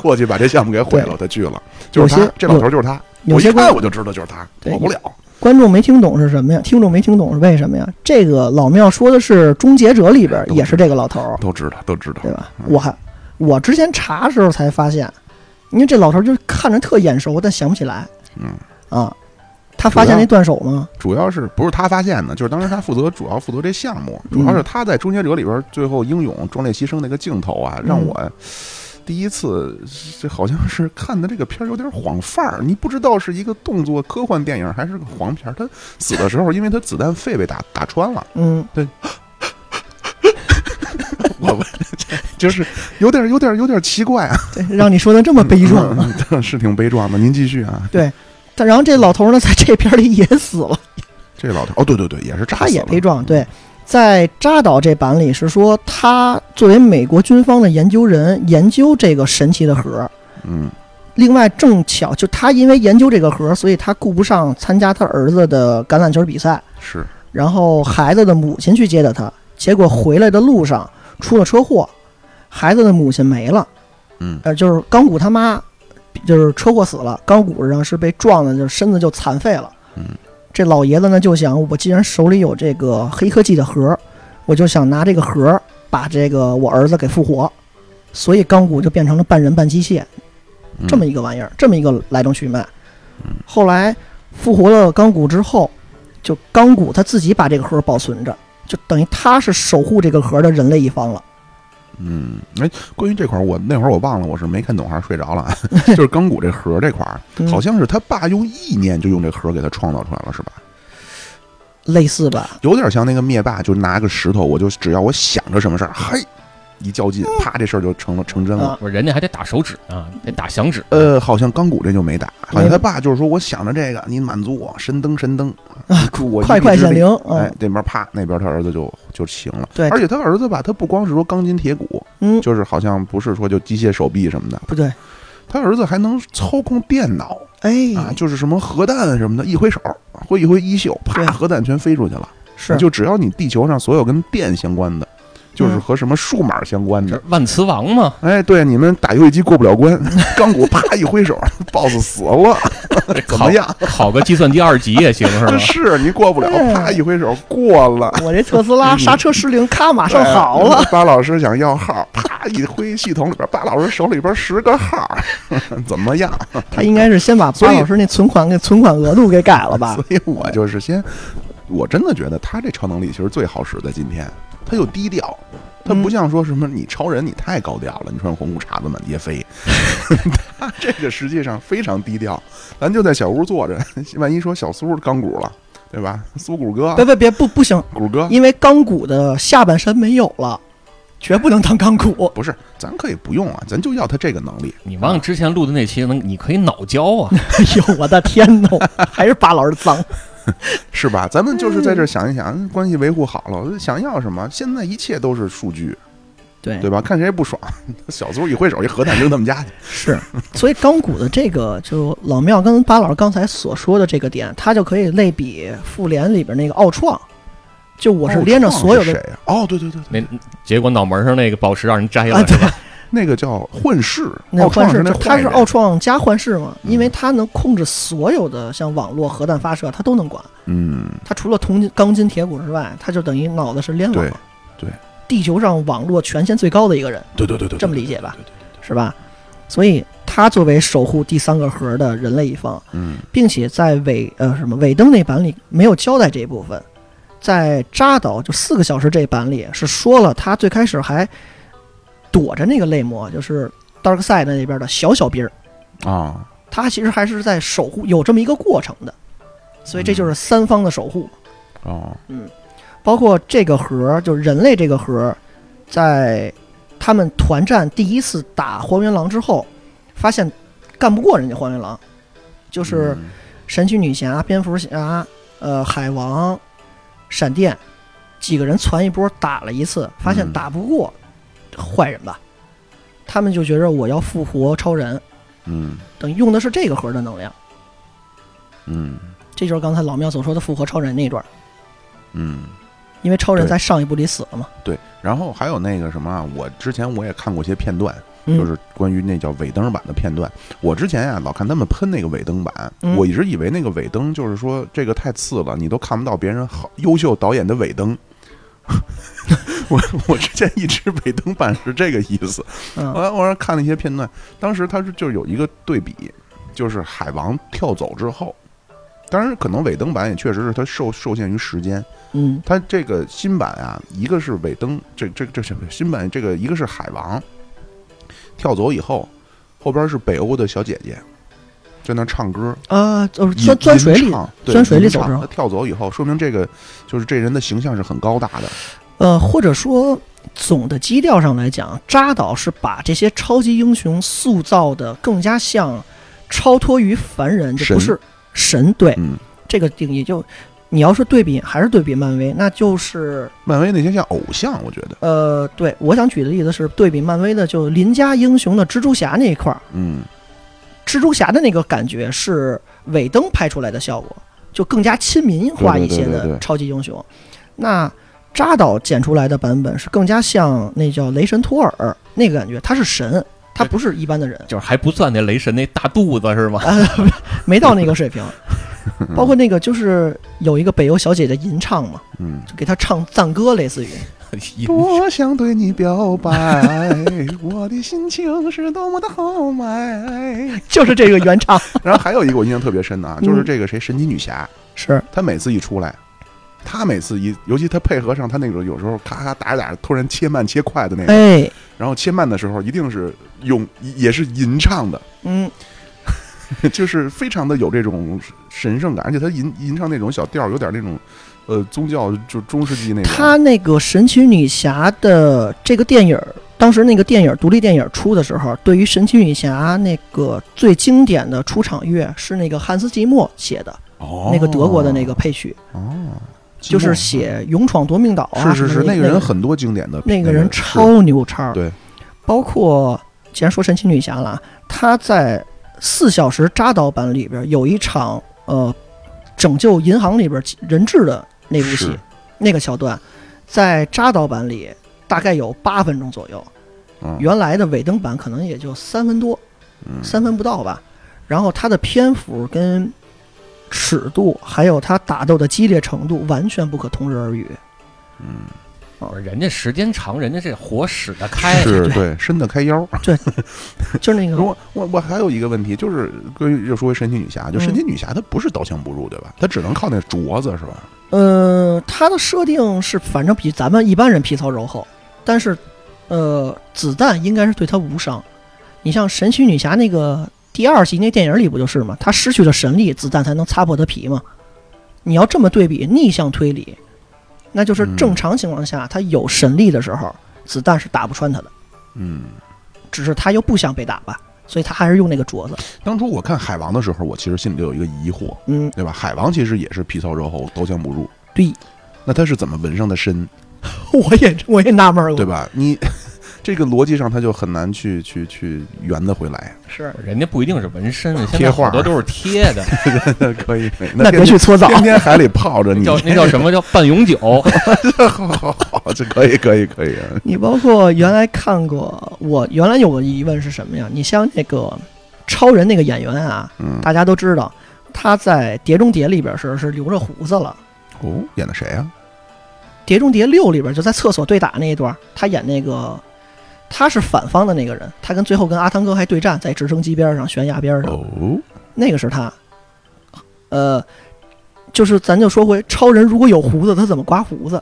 S1: 过去把这项目给毁了，他去了，就是
S2: 有
S1: 他
S2: 些，
S1: 这老头儿就是他，
S2: 有
S1: 我
S2: 些
S1: 一
S2: 观
S1: 看我就知道就是他，
S2: 对
S1: 跑不了，
S2: 观众没听懂是什么呀？听众没听懂是为什么呀？这个老庙说的是《终结者》里边
S1: 都
S2: 也是这个老头儿，
S1: 都知道，都知道
S2: 对，吧？我还我之前查时候才发现，因为这老头儿就是看着特眼熟，但想不起来。
S1: 嗯啊
S2: 啊，他发现那断手吗？
S1: 主要是不是他发现的，就是当时他负责主要负责这项目，
S2: 嗯
S1: 主要是他在《终结者》里边最后英勇壮烈牺牲那个镜头啊，
S2: 嗯
S1: 让我第一次这好像是看的这个片儿有点晃范儿，你不知道是一个动作科幻电影还是个黄片儿。他死的时候，因为他子弹肺被打打穿 了，
S2: 嗯，
S1: 我就是有点有点有点奇怪啊，
S2: 对，让你说的这么悲壮。
S1: 嗯， 是挺悲壮的。您继续啊，
S2: 但然后这老头儿呢，在这片儿里也死了。
S1: 这老头哦，对对对，也是炸死
S2: 他也
S1: 了
S2: 被撞。对，在扎导这版里是说，他作为美国军方的研究人，研究这个神奇的核。
S1: 嗯，
S2: 另外，正巧就他因为研究这个核，所以他顾不上参加他儿子的橄榄球比赛，
S1: 是
S2: 然后孩子的母亲去接的他，结果回来的路上出了车祸，孩子的母亲没了，
S1: 嗯
S2: 呃，就是钢骨他妈就是车祸死了，钢骨上是被撞的，就身子就残废了。
S1: 嗯，
S2: 这老爷子呢就想，我既然手里有这个黑科技的核，我就想拿这个核把这个我儿子给复活，所以钢骨就变成了半人半机械
S1: 嗯
S2: 这么一个玩意儿，这么一个来龙去脉。后来复活了钢骨之后，就钢骨他自己把这个核保存着，就等于他是守护这个核的人类一方了。
S1: 嗯，哎，关于这块儿，我那会儿我忘了，我是没看懂还是睡着 了。就是钢骨这核这块儿，
S2: 嗯
S1: 好像是他爸用意念就用这核给他创造出来了，是吧？
S2: 嗯类似吧，
S1: 有点像那个灭霸，就拿个石头，我就只要我想着什么事儿，嘿，一较劲，啪，这事儿就成了成真了。
S2: 嗯啊
S3: 不是人家还得打手指啊，得打响指。
S1: 呃，好像钢骨这就没打，好
S2: 没
S1: 像
S2: 打
S1: 他爸就是说，我想着这个，你满足我，神灯神灯，助我一
S2: 啊快
S1: 臂
S2: 快
S1: 之
S2: 显
S1: 力
S2: 灵，
S1: 哎
S2: 嗯，，
S1: 那边啪，那边他儿子就就行了。
S2: 对
S1: 而且他儿子吧，他不光是说钢筋铁骨，
S2: 嗯，
S1: 就是好像不是说就机械手臂什么的，
S2: 不对，
S1: 他儿子还能操控电脑，
S2: 哎，
S1: 啊，就是什么核弹什么的，一挥手，挥一挥衣袖，
S2: 对
S1: 啪，核弹全飞出去了。
S2: 是
S1: 就只要你地球上所有跟电相关的，就是
S2: 嗯
S1: 和什么数码相关
S3: 这
S1: 的
S3: 是，万磁王嘛，
S1: 哎，对，你们打游戏机过不了关， 钢骨啪一挥手 ，BOSS 死了，
S3: 呃
S1: 怎么样？
S3: 考个计算机二级也行 是吗？
S1: 是你过不了，啪
S2: 哎
S1: 一挥手过了。
S2: 我这特斯
S1: 嗯
S2: 拉刹车失灵，咔马上好啊了。
S1: 哎。巴老师想要号，啪一挥，系统里边巴老师手里边十个号， 怎么样？
S2: 他应该是先把巴老师那存款给存款额度给改了吧
S1: 所？以我就是先，我真的觉得他这超能力其实最好使在今天，他又低调，他不
S2: 嗯
S1: 像说什么你超人你太高调了，你穿红裤衩子满街 飞，他这个实际上非常低调。咱就在小屋坐着，万一说小苏钢骨了，对吧？苏骨哥
S2: 别，别别，不不行，
S1: 骨哥。
S2: 因为钢骨的下半身没有了，绝不能当钢骨。
S1: 不是，咱可以不用啊，咱就要他这个能力。
S3: 你忘了之前录的那期，能你可以脑交啊，
S2: 哎呦，我的天呐，还是巴老师脏。
S1: 是吧？嗯
S2: 嗯
S1: 咱们就是在这儿想一想，关系维护好了，想要什么？现在一切都是数据，
S2: 对
S1: 对吧？看谁不爽，小苏一挥手，一核弹扔他们家去。
S2: 是，所以钢骨的这个，就老庙跟巴老师刚才所说的这个点，它就可以类比复联里边那个奥创，就我是连着所有
S1: 哦奥创是
S2: 的
S1: 谁呀？哦，对对对对，
S3: 那结果脑门上那个宝石让人摘
S2: 啊
S3: 了，是吧？
S1: 那个叫幻视，
S2: 那
S1: 奥
S2: 幻
S1: 创
S2: 视，
S1: 那
S2: 就它
S1: 坏
S2: 是
S1: 人
S2: 奥创加幻视嘛，因为
S1: 嗯
S2: 它能控制所有的像网络、核弹发射，它都能管。
S1: 嗯，
S2: 它除了铜筋、钢筋、铁骨之外，它就等于脑子是联网
S1: 对，对，
S2: 地球上网络权限最高的一个人，
S1: 对对对对，
S2: 这么理解吧
S1: 对？对对对
S2: 是吧？所以他作为守护第三个核的人类一方。
S1: 嗯，
S2: 并且在尾呃什么尾灯那版里没有交代这一部分，在扎导就四个小时这版里是说了，他最开始还躲着那个泪魔，就是 Dark Side 那边的小小兵儿，
S1: 啊，
S2: 他其实还是在守护，有这么一个过程的，所以这
S1: 嗯
S2: 就是三方的守护，
S1: 哦，
S2: 包括这个核，就是人类这个核，在他们团战第一次打荒原狼之后，发现干不过人家荒原狼，就是。
S1: 嗯
S2: 神奇女侠、蝙蝠侠、呃海王、闪电几个人攒一波打了一次，发现
S1: 嗯
S2: 打不过、坏人吧，他们就觉着我要复活超人，
S1: 嗯
S2: 等于用的是这个核的能量，
S1: 嗯
S2: 这就是刚才老庙所说的复活超人那一段，
S1: 嗯，
S2: 因为超人
S1: 对
S2: 在上一部里死了嘛，
S1: 对。然后还有那个什么啊，我之前我也看过一些片段，
S2: 嗯
S1: 就是关于那叫尾灯版的片段。我之前呀、老看他们喷那个尾灯版，
S2: 嗯
S1: 我一直以为那个尾灯就是说这个太次了，你都看不到别人好优秀导演的尾灯。 我我之前一直尾灯版是这个意思，后
S2: 嗯
S1: 来我说看了一些片段，当时他是就是有一个对比，就是海王跳走之后，当然可能尾灯版也确实是他受受限于时间，
S2: 嗯
S1: 它这个新版啊，一个是尾灯，这这这这新版这个一个是海王跳走以后，后边是北欧的小姐姐在那唱歌，
S2: 啊，就是
S1: 吟
S2: 钻钻水
S1: 吟
S2: 里，
S1: 唱对
S2: 钻水里
S1: 吟
S2: 走
S1: 唱
S2: 之后
S1: 她跳走以后，说明这个就是这人的形象是很高大的。
S2: 呃，或者说总的基调上来讲，扎导是把这些超级英雄塑造的更加像超脱于凡人，这
S1: 神
S2: 不是神，对、
S1: 嗯，
S2: 这个定义就。你要是对比，还是对比漫威，那就是
S1: 漫威那些像偶像，我觉得，
S2: 呃，对我想举的例子是对比漫威的，就邻家英雄的蜘蛛侠那一块儿，
S1: 嗯
S2: 蜘蛛侠的那个感觉是尾灯拍出来的效果，就更加亲民化一
S1: 对
S2: 些
S1: 对对对
S2: 的
S1: 对
S2: 超级英雄。那扎导剪出来的版本是更加像那叫雷神托尔那个感觉，他是神，他不是一般的人，
S3: 就是还不算那雷神那大肚子是吗？
S2: 没到那个 水平。包括那个就是有一个北欧小姐姐吟唱嘛，
S1: 嗯，
S2: 就给她唱赞歌，类似于
S1: 多想对你表 白，我的心情是多么的豪迈。
S2: 就是这个原 唱
S1: 然后还有一个我印象特别深的啊，就是
S2: 嗯
S1: 这个谁，神奇女侠，
S2: 是
S1: 他每次一出来，他每次一，尤其他配合上他那种有时候咔咔打着打着，突然切慢切快的那个，
S2: 哎
S1: 然后切慢的时候一定是用也是吟唱的，
S2: 嗯
S1: 就是非常的有这种神圣感，而且他吟吟唱那种小调儿，有点那种呃宗教就中世纪那种。
S2: 他那个神奇女侠的这个电影儿，当时那个电影儿独立电影儿出的时候，对于神奇女侠那个最经典的出场乐是那个汉斯季默写的，
S1: 哦
S2: 那个德国的那个配曲，
S1: 哦，寂
S2: 就
S1: 寞
S2: 是写《勇闯夺命岛》啊，
S1: 是是
S2: 什
S1: 是
S2: 么
S1: 那
S2: 那
S1: 个人很多经典的
S2: 那个人
S1: 是
S2: 超牛叉，
S1: 对，
S2: 包括既然说神奇女侠了，她在四小时扎导版里边有一场呃拯救银行里边人质的那部戏
S1: 是，
S2: 那个桥段，在扎导版里大概有八分钟左右，
S1: 嗯
S2: 原来的尾灯版可能也就三分多，三分不到吧。然后它的篇幅跟尺度，还有它打斗的激烈程度，完全不可同日而语。
S3: 不是人家时间长，人家这火使得
S2: 哎
S3: 开，
S1: 是对伸得开腰。
S2: 就是那个
S1: 我我我还有一个问题，就是关于又说回神奇女侠，就
S2: 嗯
S1: 神奇女侠她不是刀枪不入对吧？她只能靠那镯子是吧？
S2: 呃，它的设定是反正比咱们一般人皮糙肉厚，但是，呃，子弹应该是对它无伤。你像神奇女侠那个第二集那电影里不就是吗？她失去了神力，子弹才能擦破她皮嘛。你要这么对比，逆向推理，那就是正常情况下，她有神力的时候，子弹是打不穿她的，
S1: 嗯，
S2: 只是她又不想被打吧，所以她还是用那个镯子。
S1: 当初我看海王的时候，我其实心里就有一个疑惑，
S2: 嗯，
S1: 对吧？海王其实也是皮糙肉厚，刀枪不入。
S2: 对，
S1: 那他是怎么纹上的身，
S2: 我也我也纳闷儿过
S1: 对，吧？你 这个逻辑上他就很难去去去圆得回来。
S2: 是
S3: 人家不一定是纹身，现
S1: 贴
S3: 在
S1: 画
S3: 好多都是贴的，
S1: 可以，
S2: 那别
S1: 天
S2: 去搓澡，
S1: 天天海里泡 着你，
S3: 那叫那叫什么叫半永久？
S1: 好好好，这可以可以可以，啊
S2: 你包括原来看过，我原来有个疑问是什么呀？你像那个超人那个演员啊，
S1: 嗯，
S2: 大家都知道他在《碟中谍》里边是是留着胡子了，
S1: 哦，演的谁啊？
S2: 《碟中谍六》里边就在厕所对打那一段，他演那个他是反方的那个人，他跟最后跟阿汤哥还对战，在直升机边上悬崖边上，
S1: 哦，
S2: 那个是他。呃，就是咱就说回超人，如果有胡子，他怎么刮胡子？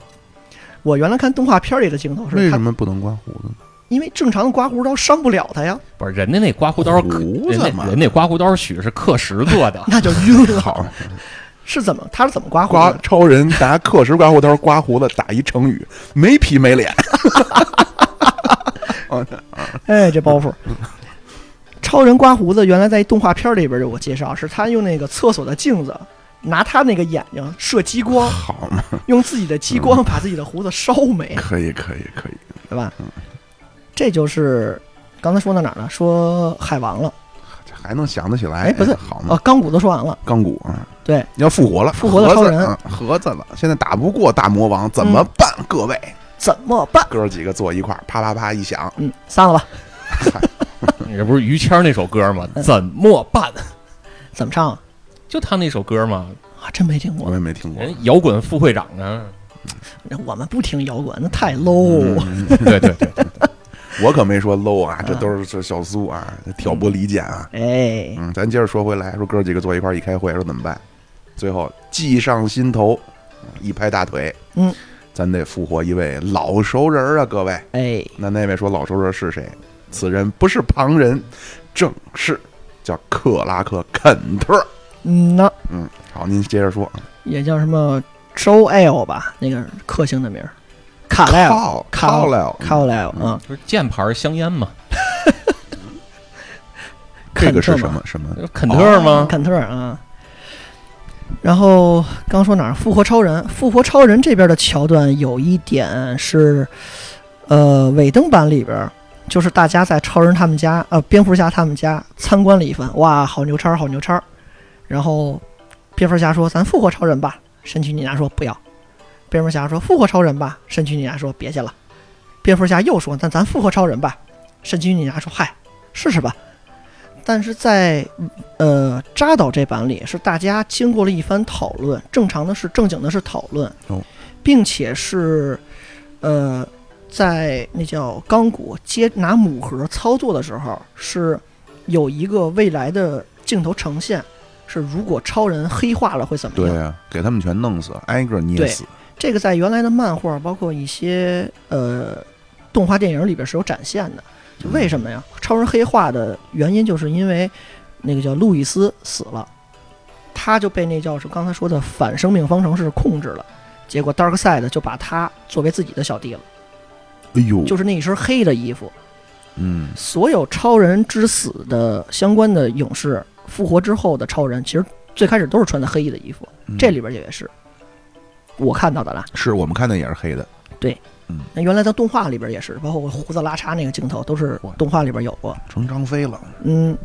S2: 我原来看动画片里的镜头
S1: 为
S2: 是
S1: 什
S2: 他，
S1: 么不能刮胡子呢？
S2: 因为正常的刮胡刀伤不了他呀，，
S3: 不是人家那刮胡刀可，
S1: 胡
S3: 人
S1: 子
S3: 家
S1: 嘛
S3: 人，家刮胡刀许是刻石做 的
S2: 那就晕了。
S1: 好，
S2: 是怎么？他是怎么刮胡
S1: 刮
S2: 的？
S1: 超人拿课时刮胡刀刮胡子，打一成语，没皮没脸。 哦
S2: 哎，这包袱。超人刮胡子原来在动画片里边有个介绍，是他用那个厕所的镜子，拿他那个眼睛射激光，
S1: 好嘛，
S2: 用自己的激
S1: 嗯
S2: 光把自己的胡子烧没，
S1: 哎可以可以可以，
S2: 对吧？这就是刚才说到哪儿了？说海王了
S1: 这还能想得起来？
S2: 哎不是
S1: 好
S2: 啊
S1: 嘛，，
S2: 钢骨都说完了，
S1: 哦钢骨啊，
S2: 对，
S1: 要复活了，
S2: 复活了超人
S1: 盒子嗯盒子了，现在打不过大魔王怎么办？各位
S2: 怎么办？
S1: 哥儿几个坐一块儿，啪啪啪一响，
S2: 嗯，散了吧，
S3: 这不是于谦儿那首歌吗？怎么办？
S2: 怎么唱啊？
S3: 就他那首歌嘛，
S2: 啊真没听
S1: 我
S2: 过，
S1: 也没听过。
S3: 人摇滚副会长啊 呢？
S2: 我们不听摇滚，那太 low 了。
S1: 嗯
S3: 对对对，
S1: 我可没说 low 啊，这都是这小苏啊，这挑拨离间啊。
S2: 哎，
S1: 嗯，咱接着说回来，说哥儿几个坐一块儿一开会，说怎么办？最后计上心头，一拍大腿，
S2: 嗯，
S1: 咱得复活一位老熟人儿啊，各位。
S2: 哎，
S1: 那那位说老熟人是谁？此人不是旁人，正是叫克拉克·肯特。
S2: 嗯呐，
S1: 嗯，好，您接着说。
S2: 也叫什么 Joel 吧，那个克星的名儿，卡莱尔，
S1: 靠
S2: 靠
S1: 靠了，
S2: 卡莱尔啊，
S3: 就是箭牌香烟嘛，
S1: 这个是
S2: 肯特
S1: 什
S2: 嘛
S1: 么什么？
S3: 肯特儿
S1: 哦
S3: 吗？
S2: 肯特尔啊。然后刚说哪儿？复活超人，复活超人这边的桥段有一点是，呃，尾灯版里边儿就是大家在超人他们家，呃，蝙蝠侠他们家参观了一番，哇，好牛叉儿，好牛叉儿。然后蝙蝠侠说：“咱复活超人吧。”神奇女侠说：“不要。”蝙蝠侠说：“复活超人吧。”神奇女侠说：“别去了。”蝙蝠侠又说：“那咱复活超人吧。”神奇女侠说：“嗨，试试吧。”但是在呃，扎导这版里是大家经过了一番讨论，正常的是正经的是讨论，
S1: 哦
S2: 并且是呃，在那叫钢骨接拿母盒操作的时候，是有一个未来的镜头呈现，是如果超人黑化了会怎么
S1: 对
S2: 样？
S1: 呀、给他们全弄死，挨个捏死。
S2: 这个在原来的漫画，包括一些呃动画电影里边是有展现的。就为什么呀？超人黑化的原因就是因为那个叫路易斯死了，他就被那叫是刚才说的反生命方程式控制了，结果 Dark Side 就把他作为自己的小弟了，
S1: 哎呦，
S2: 就是那一身黑的衣服。
S1: 嗯，
S2: 所有超人之死的相关的勇士复活之后的超人，其实最开始都是穿的黑衣的衣服，
S1: 嗯
S2: 这里边也是我看到的啦。
S1: 是我们看的也是黑的，
S2: 那原来在动画里边也是，包括我胡子拉碴那个镜头都是动画里边有过。
S1: 成张飞了。
S2: 嗯，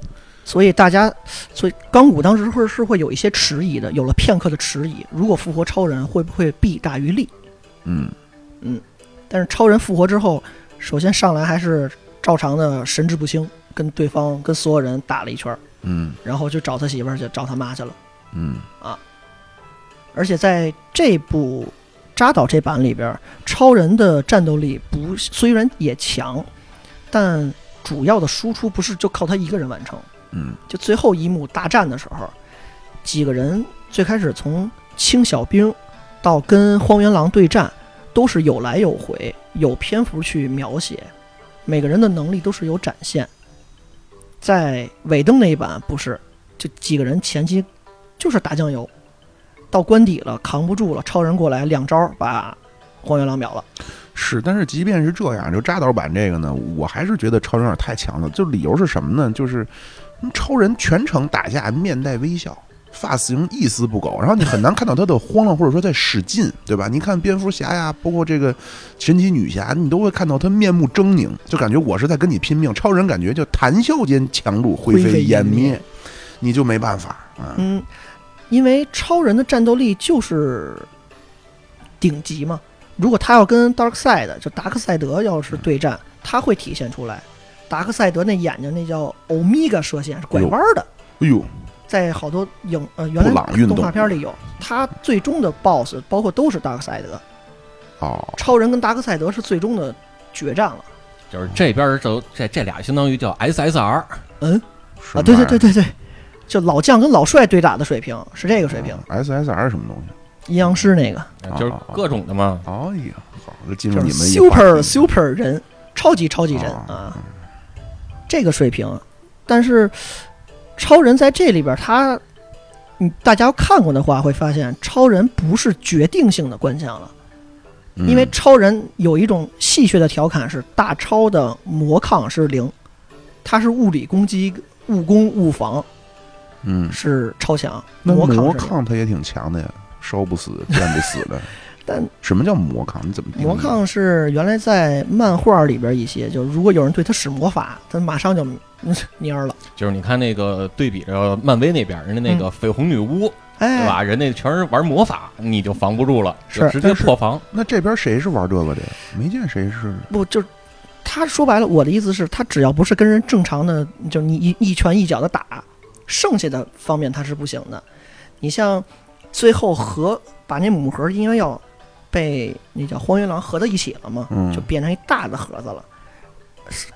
S2: 所以大家，所以钢骨当时会是会有一些迟疑的，有了片刻的迟疑。如果复活超人会不会弊大于利？
S1: 嗯，
S2: 但是超人复活之后，首先上来还是照常的神志不清，跟对方跟所有人打了一圈儿，
S1: 嗯
S2: 然后就找他媳妇儿去，找他妈去了。
S1: 嗯，
S2: 而且在这部扎导这版里边儿，超人的战斗力不虽然也强，但主要的输出不是就靠他一个人完成。
S1: 嗯，
S2: 就最后一幕大战的时候，几个人最开始从清小兵到跟荒原狼对战，都是有来有回，有篇幅去描写，每个人的能力都是有展现。在尾灯那一版不是，就几个人前期就是打酱油，到关底了扛不住了，超人过来两招把荒原狼秒了。
S1: 是。但是即便是这样，就扎导版这个呢，我还是觉得超人有点太强了。就理由是什么呢？就是嗯超人全程打架面带微笑，发型一丝不苟，然后你很难看到他的慌乱或者说在使劲，对吧？你看蝙蝠侠呀，包括这个神奇女侠，你都会看到他面目狰狞，就感觉我是在跟你拼命。超人感觉就谈笑间强弩灰
S2: 灰
S1: 飞
S2: 飞烟
S1: 烟灭
S2: 灭，
S1: 你就没办法啊。
S2: 嗯，因为超人的战斗力就是顶级嘛。如果他要跟 Dark Side 就达克赛德要是对战，他会体现出来。达克赛德那眼睛那叫欧米伽射线，是拐弯的，
S1: 哎呦，
S2: 在好多影呃原
S1: 布
S2: 来
S1: 朗运动
S2: 动画片里有。他最终的 BOSS 包括都是达克赛德，
S1: 哦，
S2: 超人跟达克赛德是最终的决战了
S3: 就是这边儿都这这俩相当于叫 SSR，
S1: 什
S2: 啊！
S1: 么
S2: 对对
S1: 玩意
S2: 对
S1: 儿
S2: 对对，就老将跟老帅对打的水平是这个水
S1: 哦
S2: 平，
S1: ，SSR 是什么东西？
S2: 阴阳师那个。
S1: 哦
S3: 就是各种的嘛。
S1: 哎呀，好，这进入
S2: 就是
S1: 你们一话
S2: super
S1: 题
S2: super 人，超级超级人
S1: 哦
S2: 啊，这个水平。但是超人在这里边儿，他，嗯，大家要看过的话会发现，超人不是决定性的关项了，
S1: 嗯
S2: 因为超人有一种戏谑的调侃是大超的魔抗是零，他是物理攻击、物攻、物防
S1: 嗯，
S2: 是超强，
S1: 那
S2: 魔
S1: 魔
S2: 抗是零。
S1: 抗他也挺强的呀，烧不死，见不死的。
S2: 但
S1: 什么叫魔抗？你怎么定义
S2: 魔抗是原来在漫画里边一些，就是如果有人对他使魔法，他马上就 嗯蔫儿了。
S3: 就是你看那个对比着漫威那边儿，人家那
S1: 嗯
S3: 个绯红女巫，对
S2: 哎，
S3: 吧？人家全是玩魔法，你就防不住了，
S2: 是
S3: 就直接破防。
S1: 那这边谁是玩这个的呀？没见谁是
S2: 不就是他说白了，我的意思是，他只要不是跟人正常的，就是你一一拳一脚的打，剩下的方面他是不行的。你像最后合把那母盒，因为要被那叫荒原狼合到一起了嘛，
S1: 嗯
S2: 就变成一大的盒子了。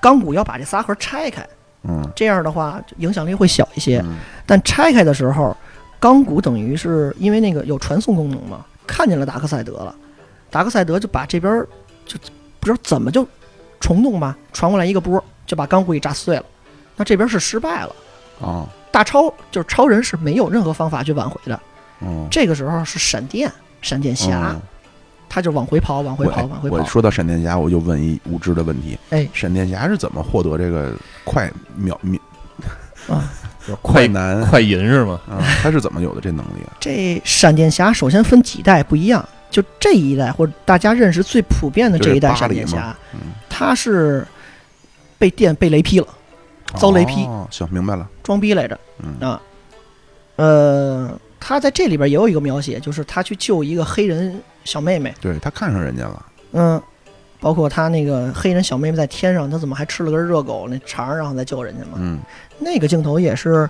S2: 钢骨要把这仨盒拆开，
S1: 嗯
S2: 这样的话就影响力会小一些。
S1: 嗯
S2: 但拆开的时候，钢骨等于是因为那个有传送功能嘛，看见了达克赛德了，达克赛德就把这边儿就不知道怎么就虫洞吧传过来一个波，就把钢骨给炸碎了。那这边是失败了，
S1: 啊
S2: 大超就是超人是没有任何方法去挽回的。
S1: 嗯，
S2: 这个时候是闪电，闪电侠，
S1: 嗯
S2: 他就往回跑，往回
S1: 我哎
S2: 跑，往回
S1: 我
S2: 跑。
S1: 说到闪电侠，我就问一无知的问题：
S2: 哎
S1: 闪电侠是怎么获得这个快秒秒
S2: 啊，
S3: 就是
S1: 快
S3: 快
S1: 男
S3: 快银是吗？
S1: 啊？他是怎么有的这能力啊？
S2: 这闪电侠首先分几代不一样，就这一代或者大家认识最普遍的这一代闪电
S1: 就是巴黎
S2: 侠
S1: 嘛嗯，
S2: 他是被电被雷劈了， 遭雷劈
S1: 哦，行，明白了。
S2: 装逼来着
S1: 嗯
S2: 啊。呃，他在这里边也有一个描写，就是他去救一个黑人小妹妹，
S1: 对他看上人家了，
S2: 嗯，包括他那个黑人小妹妹在天上，他怎么还吃了根热狗那肠儿，然后再救人家嘛？
S1: 嗯
S2: 那个镜头也是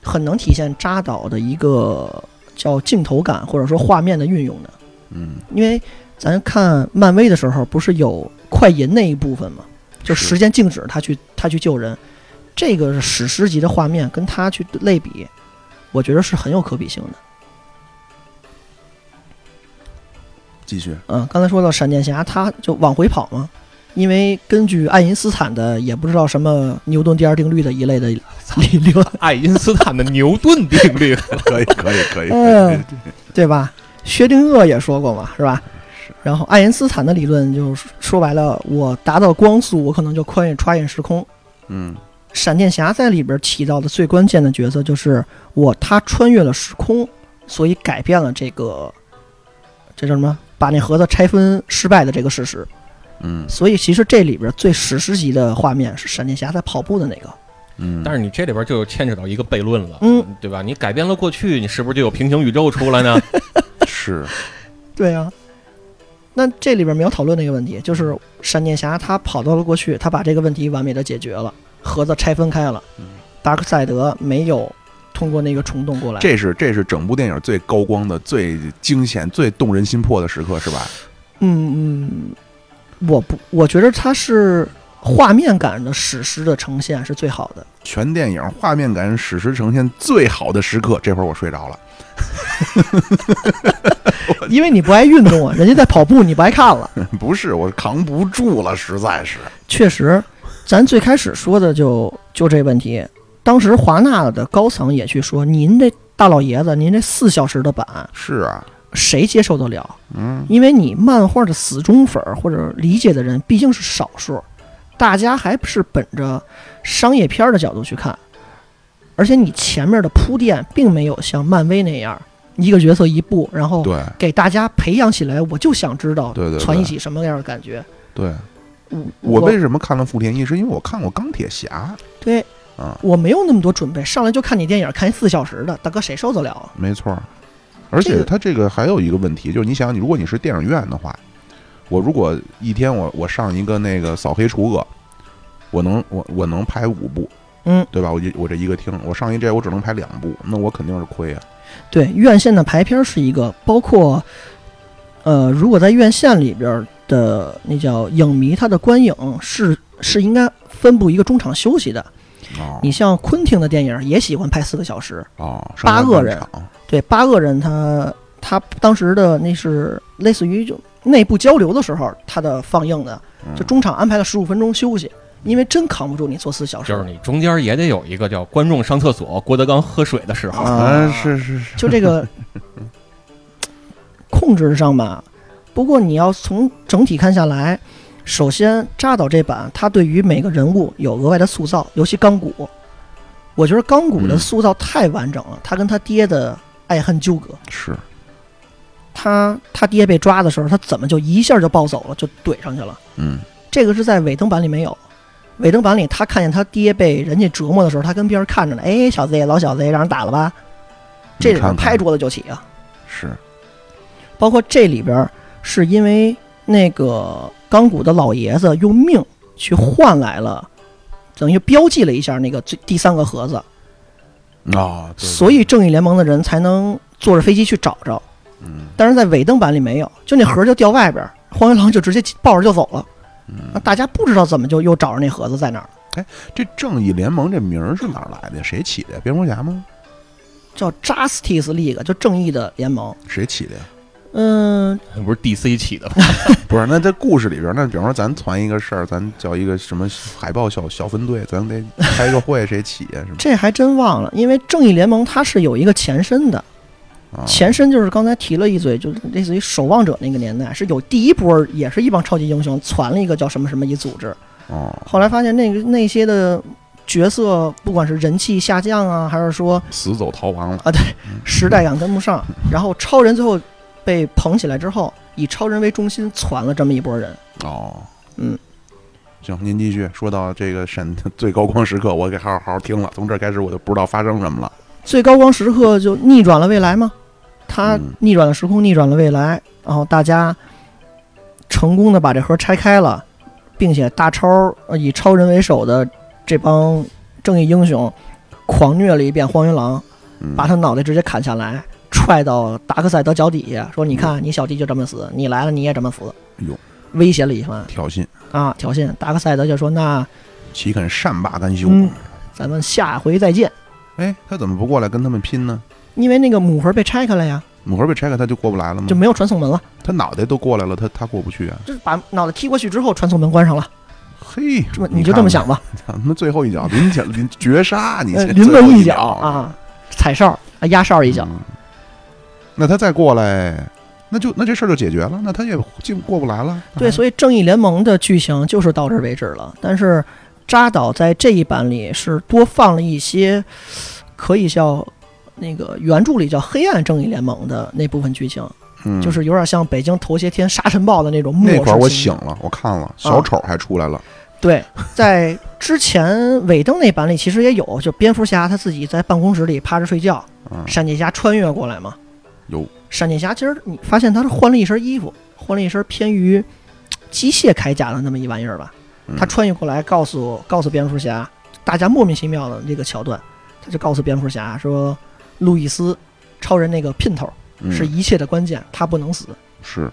S2: 很能体现扎导的一个叫镜头感或者说画面的运用的。
S1: 嗯，
S2: 因为咱看漫威的时候，不是有快银那一部分嘛，就是时间静止，他去他去救人，这个是史诗级的画面，跟他去类比，我觉得是很有可比性的。
S1: 继续，
S2: 嗯，刚才说到闪电侠，他就往回跑嘛，因为根据爱因斯坦的也不知道什么牛顿第二定律的一类的理论，
S3: 爱因斯坦的牛顿定律，
S1: 可以可以可以，可以
S2: 嗯对吧？薛定谔也说过嘛，是吧？然后爱因斯坦的理论就是说白了，我达到光速，我可能就穿越穿越时空，
S1: 嗯
S2: 闪电侠在里边起到的最关键的角色就是我，他穿越了时空，所以改变了这个，这叫什么？把那盒子拆分失败的这个事实。
S1: 嗯
S2: 所以其实这里边最史诗级的画面是闪电侠在跑步的那个。
S1: 嗯，
S3: 但是你这里边就牵扯到一个悖论了，
S2: 嗯，
S3: 对吧？你改变了过去，你是不是就有平行宇宙出来呢？
S1: 是
S2: 对啊，那这里边没有讨论那个问题，就是闪电侠他跑到了过去，他把这个问题完美的解决了，盒子拆分开了
S1: 嗯，
S2: 达克赛德没有通过那个虫洞过来。
S1: 这是这是整部电影最高光的、最惊险、最动人心魄的时刻，是吧？
S2: 嗯，嗯，我不，我觉得它是画面感的史诗的呈现是最好的。
S1: 全电影画面感史诗呈现最好的时刻，这会儿我睡着了。
S2: 因为你不爱运动啊，人家在跑步，你不爱看了。
S1: 不是，我扛不住了，实在是。
S2: 确实，咱最开始说的就就这问题。当时华纳的高层也去说：“您这大老爷子，您这四小时的版，
S1: 是啊，
S2: 谁接受得了？
S1: 嗯，
S2: 因为你漫画的死忠粉儿或者理解的人毕竟是少数，大家还是本着商业片儿的角度去看。而且你前面的铺垫并没有像漫威那样一个角色一部，然后
S1: 对
S2: 给大家培养起来。我就想知道
S1: 对对对
S2: 传一起什么样的感觉。
S1: 对。
S2: 我
S1: 我
S2: 我
S1: 为什么看了《富田一》，是因为我看过《钢铁侠
S2: 对》
S1: 啊，
S2: 我没有那么多准备，上来就看你电影，看一四小时的，大哥谁受得了啊？
S1: 没错儿。而
S2: 这
S1: 且
S2: 个
S1: 它这个还有一个问题，就是你想，如果你是电影院的话，我如果一天我我上一个那个扫黑除恶，我能我我能拍五部，
S2: 嗯，
S1: 对吧？我就我这一个厅，我上一这我只能拍两部，那我肯定是亏啊。
S2: 对，院线的排片是一个，包括，呃，如果在院线里边的那叫影迷，他的观影是是应该分布一个中场休息的。
S1: 哦
S2: 你像昆汀的电影也喜欢拍四个小时，
S1: 哦，上
S2: 八
S1: 下
S2: 个
S1: 半
S2: 人
S1: 场
S2: 对，八个人他他当时的那是类似于就内部交流的时候，他的放映的
S1: 嗯
S2: 就中场安排了十五分钟休息，因为真扛不住你坐四小时。
S3: 就是你中间也得有一个叫观众上厕所、郭德纲喝水的时候。
S1: 啊，
S2: 啊，
S1: 是是是，
S2: 就 这个控制上吧。不过你要从整体看下来，首先扎导这版他对于每个人物有额外的塑造，尤其钢骨，我觉得钢骨的
S1: 嗯
S2: 塑造太完整了，他跟他爹的爱恨纠葛，
S1: 是
S2: 他他爹被抓的时候，他怎么就一下就暴走了，就怼上去了。
S1: 嗯
S2: 这个是在尾灯版里没有。尾灯版里，他看见他爹被人家折磨的时候，他跟边上看着呢，哎，小子也，老小子也让人打了吧，这里
S1: 你看看
S2: 边拍桌子就起啊。
S1: 是
S2: 包括这里边儿是因为那个钢骨的老爷子用命去换来了，等于标记了一下那个最第三个盒子，
S1: 啊，对
S2: 所以正义联盟的人才能坐着飞机去找着。
S1: 嗯
S2: 但是在尾灯版里没有，就那盒儿就掉外边儿，荒原狼就直接抱着就走了。
S1: 嗯
S2: 那大家不知道怎么就又找着那盒子在哪儿，
S1: 这正义联盟这名儿是哪儿来的？谁起的？蝙蝠侠吗？
S2: 叫 Justice League，就正义的联盟。
S1: 谁起的呀？
S2: 嗯，
S3: 不是 DC 起的吗？
S1: 不是，那在故事里边，那比方说咱传一个事儿，咱叫一个什么海豹小小分队，咱得开个会，谁起呀、什么
S2: 这还真忘了，因为正义联盟它是有一个前身的，
S1: 啊？
S2: 前身就是刚才提了一嘴，就是类似于守望者那个年代，是有第一波，也是一帮超级英雄攒了一个叫什么什么一组织。
S1: 哦，
S2: 后来发现那个那些的角色，不管是人气下降啊，还是说
S1: 死走逃亡了，嗯
S2: 啊对时代感跟不上，然后超人最后被捧起来之后，以超人为中心攒了这么一波人。
S1: 哦，
S2: 嗯，
S1: 行，您继续说到这个闪最高光时刻，我给好好好听了，从这儿开始我就不知道发生什么了。
S2: 最高光时刻就逆转了未来吗？他
S1: 嗯
S2: 逆转了时空，逆转了未来，然后大家成功的把这盒拆开了，并且大超呃以超人为首的这帮正义英雄狂虐了一遍荒原狼，
S1: 嗯，
S2: 把他脑袋直接砍下来，踹到达克赛德脚底下，说：“你看，你小弟就这么死，你来了你也这么死。
S1: 嗯哟”
S2: 威胁了一番
S1: 挑衅，
S2: 啊，挑衅。达克赛德就说：“那
S1: 岂肯善罢甘休？
S2: 嗯咱们下回再见。
S1: 哎，他怎么不过来跟他们拼呢？”
S2: 因为那个母盒被拆开了呀，
S1: 母盒被拆开，他就过不来了吗
S2: 就？没有传送门了，
S1: 他脑袋都过来了，他他过不去啊！
S2: 就是把脑袋踢过去之后，传送门关上了。
S1: 嘿，
S2: 这么你就这么想吧，
S1: 看看，他们最后一脚临脚临绝杀，你
S2: 呃，
S1: 这
S2: 临
S1: 最后
S2: 门一
S1: 一
S2: 脚啊，踩哨啊，压哨一脚。
S1: 嗯那他再过来，那就那这事儿就解决了，那他也进过不来了。
S2: 对，所以正义联盟的剧情就是到这儿为止了。但是扎导在这一版里是多放了一些，可以叫那个原著里叫黑暗正义联盟的那部分剧情，
S1: 嗯
S2: 就是有点像北京头些天沙尘暴的那啊种末
S1: 那
S2: 世。
S1: 会儿我醒。了，我看了，小丑还出来了。
S2: 对，在之前尾灯那版里其实也有，就蝙蝠侠他自己在办公室里趴着睡觉，
S1: 嗯，
S2: 闪电侠穿越过来嘛。
S1: 有
S2: 闪电侠其实你发现他是换了一身衣服，换了一身偏于嘖机械铠甲的那么一玩意儿吧
S1: 嗯。
S2: 他穿越过来，告诉告诉蝙蝠侠，大家莫名其妙的这个桥段，他就告诉蝙蝠侠说，路易斯，超人那个姘头
S1: 嗯
S2: 是一切的关键，他不能死。
S1: 是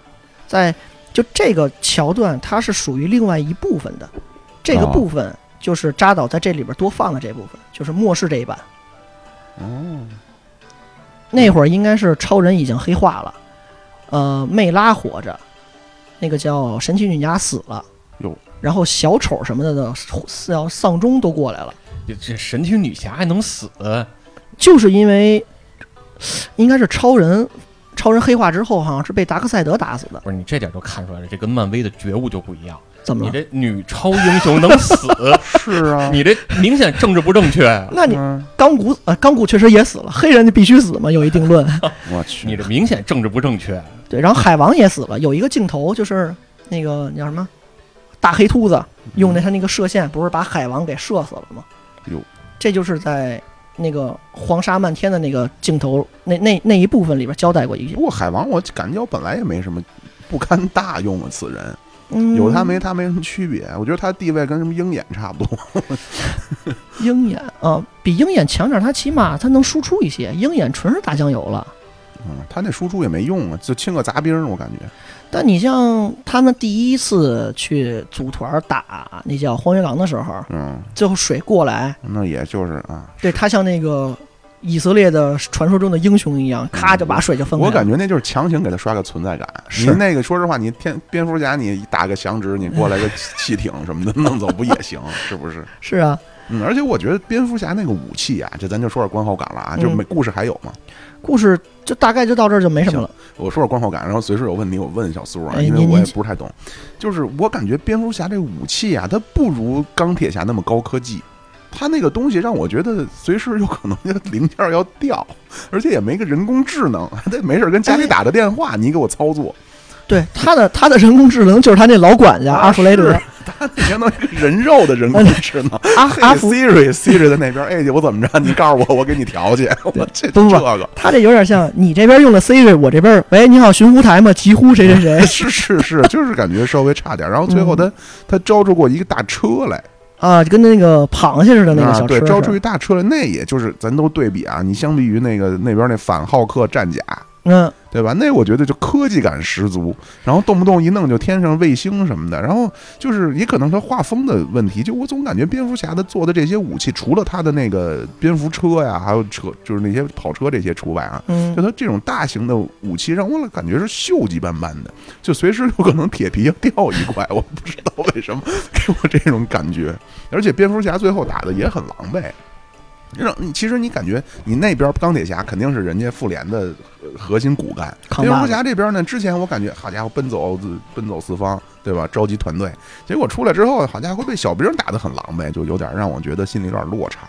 S2: 在就这个桥段，它是属于另外一部分的，这个
S1: 哦
S2: 部分就是扎导在这里边多放了这部分，就是末世这一版。
S1: 哦，
S2: 那会儿应该是超人已经黑化了，呃，魅拉活着，那个叫神奇女侠死了
S1: 哟，
S2: 然后小丑什么的的是要丧钟都过来了，
S3: 这这神奇女侠还能死？
S2: 就是因为应该是超人，超人黑化之后好像是被达克赛德打死的，
S3: 不是你这点就看出来了，这跟漫威的觉悟就不一样。
S2: 怎么
S3: 你
S2: 了？
S3: 这女超英雄能死？
S1: 是啊，
S3: 你这明显政治不正确啊！
S2: 那你
S1: 嗯
S2: 钢骨啊，钢骨确实也死了，黑人就必须死嘛，有一定论。
S1: 我去，
S3: 你这明显政治不正确。
S2: 对，然后海王也死了，有一个镜头就是那个那叫什么大黑秃子用那他那个射线，不是把海王给射死了吗？
S1: 哟，
S2: 这就是在那个黄沙漫天的那个镜头那那那一部分里边交代过一句
S1: 不，过海王我感觉我本来也没什么不堪大用啊，此人
S2: 嗯，
S1: 有他没他没什么区别，我觉得他地位跟什么鹰眼差不多。
S2: 鹰眼啊，比鹰眼强点儿，他起码他能输出一些，鹰眼纯是打酱油了。
S1: 嗯，他那输出也没用啊，就清个杂兵儿，我感觉。
S2: 但你像他们第一次去组团打那叫荒原狼的时候，
S1: 嗯，
S2: 最后水过来，
S1: 那也就是啊，
S2: 对他像那个以色列的传说中的英雄一样，咔就把水就分开
S1: 嗯
S2: 了。
S1: 我感觉那就是强行给他刷个存在感。
S2: 是
S1: 您那个，说实话，你天蝙蝠侠，你打个响指，你过来个汽艇什么的弄走不也行？是不是？
S2: 是啊，
S1: 嗯，而且我觉得蝙蝠侠那个武器啊，这咱就说点观后感了啊，就
S2: 嗯
S1: 没故事还有吗？
S2: 故事就大概就到这儿就没什么了。
S1: 我说说观后感，然后随时有问题我问小苏啊，
S2: 哎
S1: 因为
S2: 您
S1: 我也
S2: 您
S1: 不是太懂。就是我感觉蝙蝠侠这武器啊，它不如钢铁侠那么高科技，它那个东西让我觉得随时有可能就零件要 掉，而且也没个人工智能， 还得没事儿跟
S2: 哎
S1: 家里打个电话，你给我操作，
S2: 对他的他的人工智能就是他那老管家阿弗雷德
S1: 啊 是，它相当于一个人肉的人工智能。
S2: 阿
S1: 嘿
S2: 阿弗，
S1: Siri Siri 在那边，哎，我怎么着？你告诉我，我给你调去。 我这这
S2: 不不
S1: 个
S2: 他这有点像你这边用了 Siri，我这边喂你好寻呼台吗？急呼谁谁 谁
S1: 是是是，就是感觉稍微差点。然后最后
S2: 嗯
S1: 他、他招出过一个大车来。
S2: 啊，就跟那个螃蟹似的那个
S1: 啊，
S2: 小车
S1: 对，
S2: 似
S1: 招出
S2: 的
S1: 一大车来，那也就是咱都对比啊，你相比于那个那边那反浩克战甲，
S2: 嗯，
S1: 对吧？那我觉得就科技感十足，然后动不动一弄就天上卫星什么的，然后就是也可能它画风的问题，就我总感觉蝙蝠侠的做的这些武器，除了他的那个蝙蝠车呀，还有车，就是那些跑车这些除外啊。就
S2: 嗯，
S1: 他这种大型的武器，让我感觉是锈迹斑斑的，就随时有可能铁皮要掉一块，我不知道为什么给我这种感觉。而且蝙蝠侠最后打的也很狼狈，让你其实你感觉你那边钢铁侠肯定是人家复联的呃核心骨干，
S2: 扛
S1: 蝙
S2: 把
S1: 蝠
S2: 子
S1: 侠这边呢，之前我感觉好家伙奔走奔走四方，对吧？召集团队，结果出来之后，好家伙被小兵打得很狼狈，就有点让我觉得心里有点落差。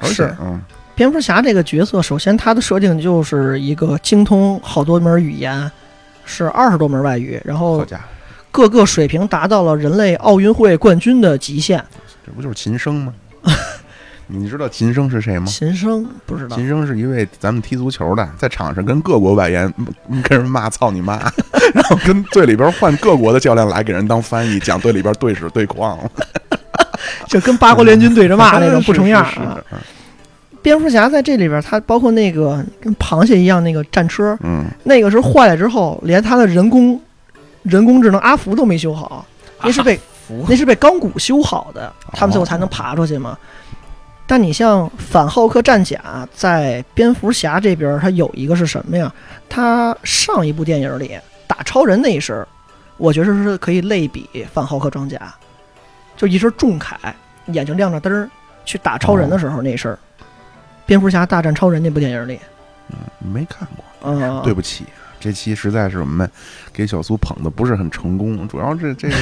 S1: 而且
S2: 是，
S1: 嗯，
S2: 蝙蝠侠这个角色，首先他的设定就是一个精通好多门语言，是二十多门外语，然后
S1: 好家伙，
S2: 各个水平达到了人类奥运会冠军的极限。
S1: 这不就是秦升吗？ 你知道秦升是谁吗？
S2: 秦升不知道，
S1: 秦升是一位咱们踢足球的，在场上跟各国外援嗯跟人骂“操你妈”，然后跟队里边换各国的教练来给人当翻译，讲队里边队史对况，
S2: 就跟八国联军对着 骂那种
S1: 是
S2: 不成样儿
S1: 是
S2: 啊。
S1: 是
S2: 蝙蝠侠在这里边，他包括那个跟螃蟹一样那个战车，
S1: 嗯，
S2: 那个是坏了之后，连他的人工人工智能阿福都没修好， 那是被、
S3: 服
S2: 那是被钢骨修好的，他们最后才能爬出去嘛。但你像反浩克战甲，在蝙蝠侠这边，它有一个是什么呀？它上一部电影里打超人那一身儿，我觉得是可以类比反浩克装甲，就一身重铠，眼睛亮着灯儿去打超人的时候那身儿。蝙蝠侠大战超人那部电影里，
S1: 没看过。
S2: 嗯，
S1: 对不起，啊这期实在是我们给小苏捧的不是很成功，主要这这个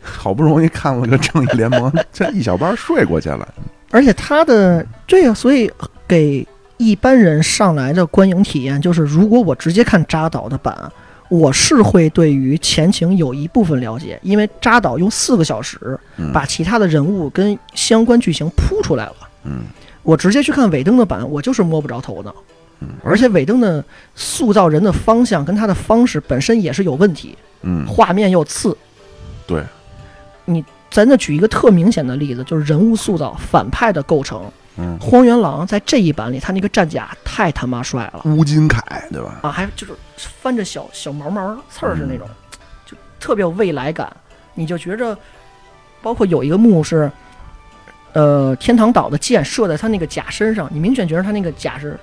S1: 好不容易看了个正义联盟，这一小半睡过去了。
S2: 而且他的这个，所以给一般人上来的观影体验就是，如果我直接看扎导的版，我是会对于前情有一部分了解，因为扎导用四个小时
S1: 嗯
S2: 把其他的人物跟相关剧情铺出来了。
S1: 嗯，
S2: 我直接去看韦登的版，我就是摸不着头脑。
S1: 嗯
S2: 而且韦登的塑造人的方向跟他的方式本身也是有问题，
S1: 嗯，
S2: 画面又次。
S1: 对，
S2: 你咱就举一个特明显的例子，就是人物塑造、反派的构成。
S1: 嗯
S2: 荒原狼在这一版里，他那个战甲太他妈帅了
S1: 乌金凯对吧？
S2: 啊，还就是翻着小小毛毛刺儿是那种，
S1: 嗯
S2: 就特别有未来感。你就觉着，包括有一个幕是，呃，天堂岛的箭射在他那个甲身上，你明显觉得他那个甲是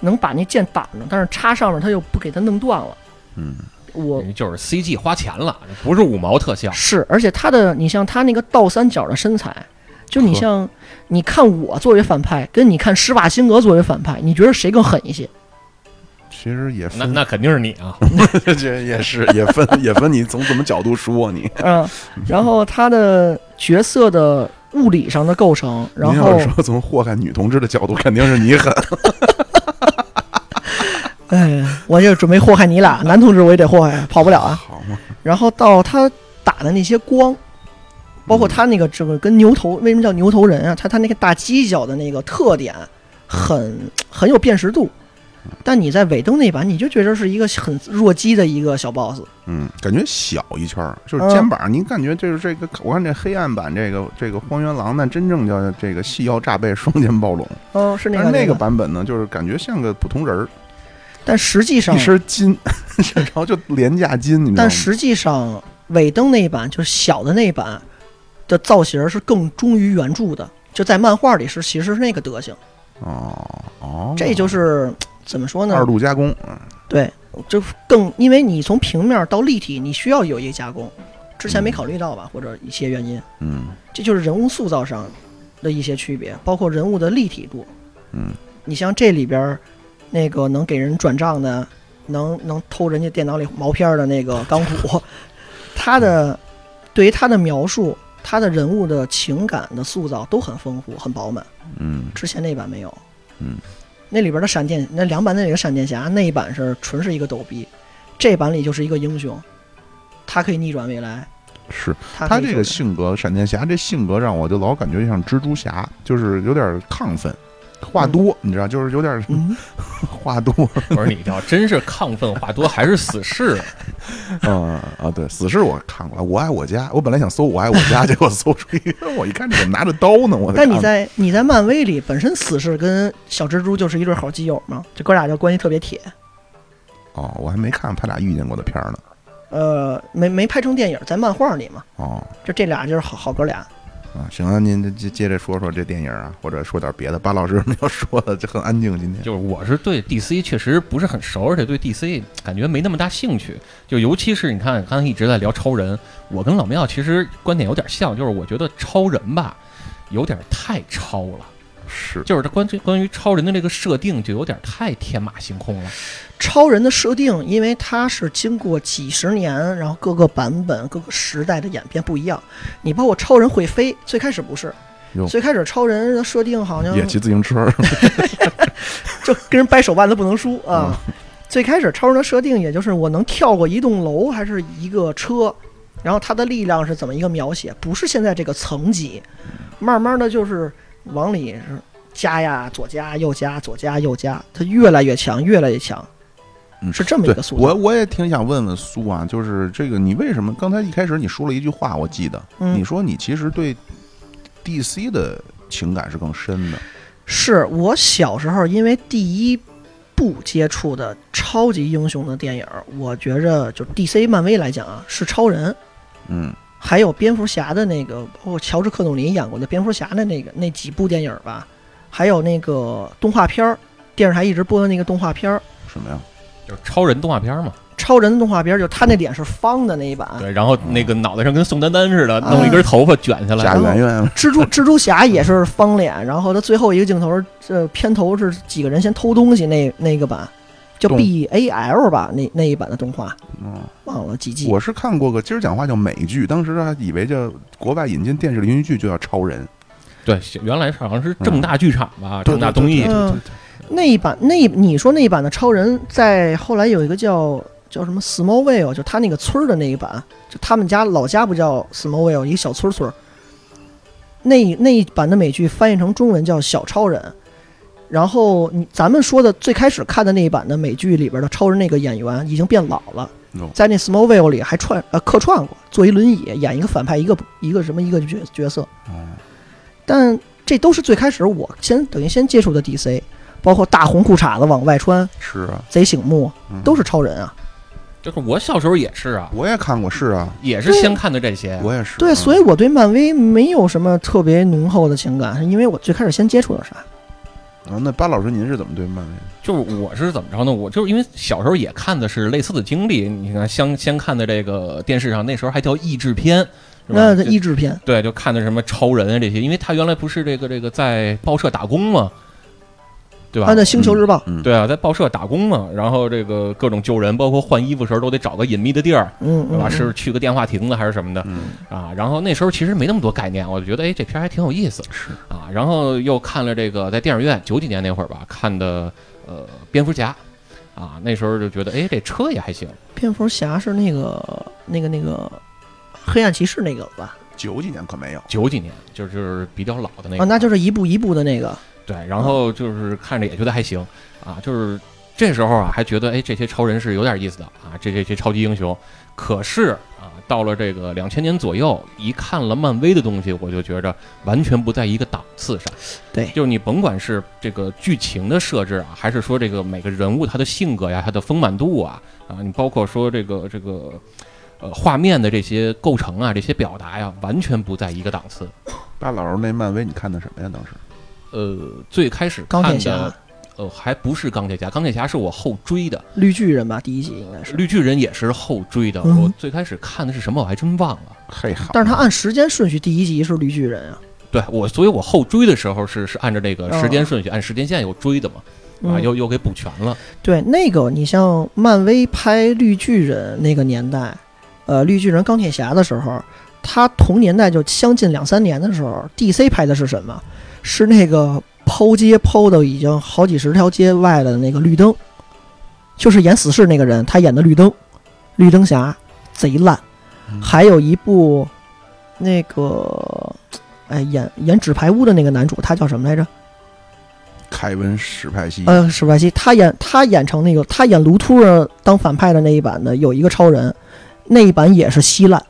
S2: 能把那箭挡着，但是插上面他又不给他弄断了。
S1: 嗯，
S2: 我
S3: 你就是 CG 花钱了，不是五毛特效。
S2: 是，而且他的，你像他那个倒三角的身材，就你
S3: 呵
S2: 像 你看我作为反派，跟你看施瓦辛格作为反派，你觉得谁更狠一些？
S1: 其实也
S3: 那
S1: 分，
S3: 那肯定是你啊，
S1: 这也是 也分也分你从什么角度说你。
S2: 嗯，然后他的角色的物理上的构成， 然
S1: 您
S2: 后
S1: 要是说从祸害女同志的角度，肯定是你狠。
S2: 哎，我就准备祸害你俩，男同志我也得祸害， 跑不了啊。
S1: 好嘛，
S2: 然后到他打的那些光，包
S1: 嗯
S2: 括他那个这个跟牛头，为什么叫牛头人啊？他他那个大犄角的那个特点很很有辨识度，
S1: 嗯
S2: 但你在尾灯那版你就觉得是一个很弱鸡的一个小 boss，
S1: 嗯，感觉小一圈儿，就是
S2: 嗯
S1: 肩膀，您感觉就是这个，我看这黑暗版这个这个荒原狼，那真正叫这个细腰炸背，双肩暴龙。
S2: 嗯，是那
S1: 但
S2: 个
S1: 是那
S2: 个
S1: 个，版本呢，就是感觉像个普通人儿，
S2: 但实际上
S1: 一，身筋， 然后就廉价筋，你知道
S2: 但
S1: 吗？
S2: 实际上尾灯那一版就是小的那一版的造型是更忠于原著的，就在漫画里是其实是那个德行，
S1: 哦哦，
S2: 这就是怎么说呢？
S1: 二度加工，嗯
S2: 对，就更因为你从平面到立体，你需要有一个加工，之前没考虑到吧，或者一些原因，
S1: 嗯
S2: 这就是人物塑造上的一些区别，包括人物的立体度。
S1: 嗯，
S2: 你像这里边儿那个能给人转账的，能能偷人家电脑里毛片儿的那个钢骨，他的对于他的描述，他的人物的情感的塑造都很丰富、很饱满。
S1: 嗯
S2: 之前那版没有。
S1: 嗯，
S2: 那里边的闪电，那两版那里的闪电侠那一版是纯是一个逗逼，这版里就是一个英雄，他可以逆转未来，
S1: 是。
S2: 他
S1: 他
S2: 可以
S1: 这个
S2: 救人
S1: 性格，闪电侠这性格让我就老感觉像蜘蛛侠，就是有点亢奋，话多，你知道，就是有点
S2: 嗯，
S1: 话 多
S3: 我说你要真是亢奋话多还是死士啊？
S1: 啊啊！对，死侍我看过了，《我爱我家》，我本来想搜《我爱我家》，结果搜出一个， 我一看这怎么拿着刀呢？我
S2: 但你
S1: 看
S2: 在你在漫威里本身死侍跟小蜘蛛就是一对好基友嘛，这哥俩就关系特别铁，
S1: 哦，我还没看他俩遇见过的片儿呢。
S2: 呃，没没拍成电影，在漫画里嘛，
S1: 哦
S2: 就这俩就是好好哥俩，
S1: 啊，行啊，您接接着说说这电影啊，或者说点别的。巴老师没有说的，就很安静今天。
S3: 就是我是对 DC 确实不是很熟，而且对 DC 感觉没那么大兴趣。就尤其是你看，刚才一直在聊超人，我跟老庙其实观点有点像，就是我觉得超人吧，有点太超了，
S1: 是，
S3: 就是他关于关于超人的这个设定就有点太天马行空了。
S2: 超人的设定，因为它是经过几十年，然后各个版本、各个时代的演变不一样。你包括超人会飞，最开始不是
S1: 哟，
S2: 最开始超人的设定好像
S1: 也骑自行车，
S2: 就跟人掰手腕都不能输啊。
S1: 嗯
S2: 最开始超人的设定也就是我能跳过一栋楼还是一个车，然后他的力量是怎么一个描写？不是现在这个层级，慢慢的就是往里是加呀，左加右加，左加右加，他越来越强，越来越强，
S1: 嗯
S2: 是这么一
S1: 对
S2: 个，速度。
S1: 我我也挺想问问苏啊，就是这个你为什么刚才一开始你说了一句话，我记得、
S2: 嗯
S1: 你说你其实对 DC 的情感是更深的，
S2: 是我小时候因为第一部接触的超级英雄的电影儿，我觉着就 DC 漫威来讲啊，是超人，
S1: 嗯
S2: 还有蝙蝠侠的那个，包括乔治克鲁尼演过的蝙蝠侠的那个那几部电影儿吧，还有那个动画片儿，电视台一直播的那个动画片儿，
S1: 什么呀？
S3: 就是超人动画片嘛，
S2: 超人的动画片儿，就他那脸是方的那一版，
S3: 对，然后那个脑袋上跟宋丹丹似的，弄一根
S2: 啊
S3: 头发卷下来，
S1: 贾
S2: 然后
S1: 圆圆
S2: 蜘蛛蜘蛛侠也是方脸，然后他最后一个镜头，这片头是几个人先偷东西那那个版，叫
S1: 动
S2: B A L 吧，那那一版的动画
S1: 嗯，
S2: 忘了几季。
S1: 我是看过个今儿讲话叫美剧，当时还以为叫国外引进电视连续剧就叫超人，
S3: 对，原来好像是正大剧场吧，
S1: 嗯对
S3: 正大综艺，
S1: 对对
S2: 嗯
S1: 对对对
S2: 那一版那一你说那一版的超人，在后来有一个叫叫什么 Smallville，就他那个村儿的那一版，就他们家老家不叫 Smallville，一个小村儿村儿。那那一版的美剧翻译成中文叫《小超人》，然后你咱们说的最开始看的那一版的美剧里边的超人那个演员已经变老了
S1: 哦，
S2: 在那 Smallville 里还串呃客串过，坐一轮椅演一个反派，一个一个什么一个角角色。
S1: 哦
S2: 但这都是最开始我先等于先接触的 DC，包括大红裤衩子往外穿、
S1: 是啊，
S2: 贼醒目，
S1: 嗯
S2: 都是超人啊。
S3: 就是我小时候也是啊，
S1: 我也看过，是啊，
S3: 也是先看的这些，
S1: 我也是，
S2: 对，
S1: 嗯
S2: 所以我对漫威没有什么特别浓厚的情感，是因为我最开始先接触的啥？
S1: 啊，那巴老师您是怎么对漫威的？
S3: 就是我是怎么着呢？我就是因为小时候也看的是类似的经历，你看先先看的这个电视上，那时候还叫译制片，是吧？
S2: 那
S3: 就
S2: 译制片，
S3: 对，就看的什么超人啊这些，因为他原来不是这个这个在报社打工嘛，对吧
S2: 按？照星球日报，
S1: 嗯，
S3: 对啊，在报社打工嘛，然后这个各种救人，包括换衣服时候都得找个隐秘的地儿，
S2: 嗯，
S3: 对吧？
S2: 嗯
S3: 是去个电话亭子还是什么的
S1: 嗯，
S3: 啊？然后那时候其实没那么多概念，我就觉得哎，这片儿还挺有意思
S1: 是
S3: 啊。然后又看了这个在电影院九几年那会儿吧看的呃蝙蝠侠啊，那时候就觉得哎，这车也还行。
S2: 蝙蝠侠是那个那个那个黑暗骑士那个吧？
S1: 九几年可没有，
S3: 九几年就是就是比较老的那
S2: 啊，
S3: 个，
S2: 那就是一步一步的那个，
S3: 对，然后
S2: 嗯
S3: 就是看着也觉得还行啊，就是这时候啊还觉得哎这些超人是有点意思的啊，这这些超级英雄。可是啊，到了这个两千年左右，一看了漫威的东西，我就觉着完全不在一个档次上。
S2: 对
S3: 就是你甭管是这个剧情的设置啊，还是说这个每个人物他的性格呀、他的丰满度啊，啊，你包括说这个这个。呃，画面的这些构成啊，这些表达呀，完全不在一个档次。
S1: 大佬那漫威你看的什么呀？当时
S3: 呃，最开始
S2: 钢铁
S3: 看
S2: 侠
S3: 的、呃，还不是钢铁侠，钢铁侠是我后追的，
S2: 绿巨人吧，第一集应该是，
S3: 绿巨人也是后追的。
S2: 嗯
S3: 我最开始看的是什么，我还真忘了。
S1: 嘿好，
S2: 但是他按时间顺序，第一集是绿巨人啊，
S3: 对我，所以我后追的时候是是按照这个时间顺序，按时间线又追的嘛，啊，
S2: 嗯
S3: 又又给补全了。
S2: 对，那个你像漫威拍绿巨人那个年代，呃，绿巨人、钢铁侠的时候，他同年代就相近两三年的时候，DC 拍的是什么？是那个抛街抛到已经好几十条街外的那个绿灯，就是演死侍那个人，他演的绿灯，绿灯侠贼烂。
S1: 嗯
S2: 还有一部那个，哎，演演纸牌屋的那个男主，他叫什么来着？
S1: 凯文史派西，
S2: 呃，史派西，他演他演成那个他演卢秃儿当反派的那一版的有一个超人，那一版也是稀烂，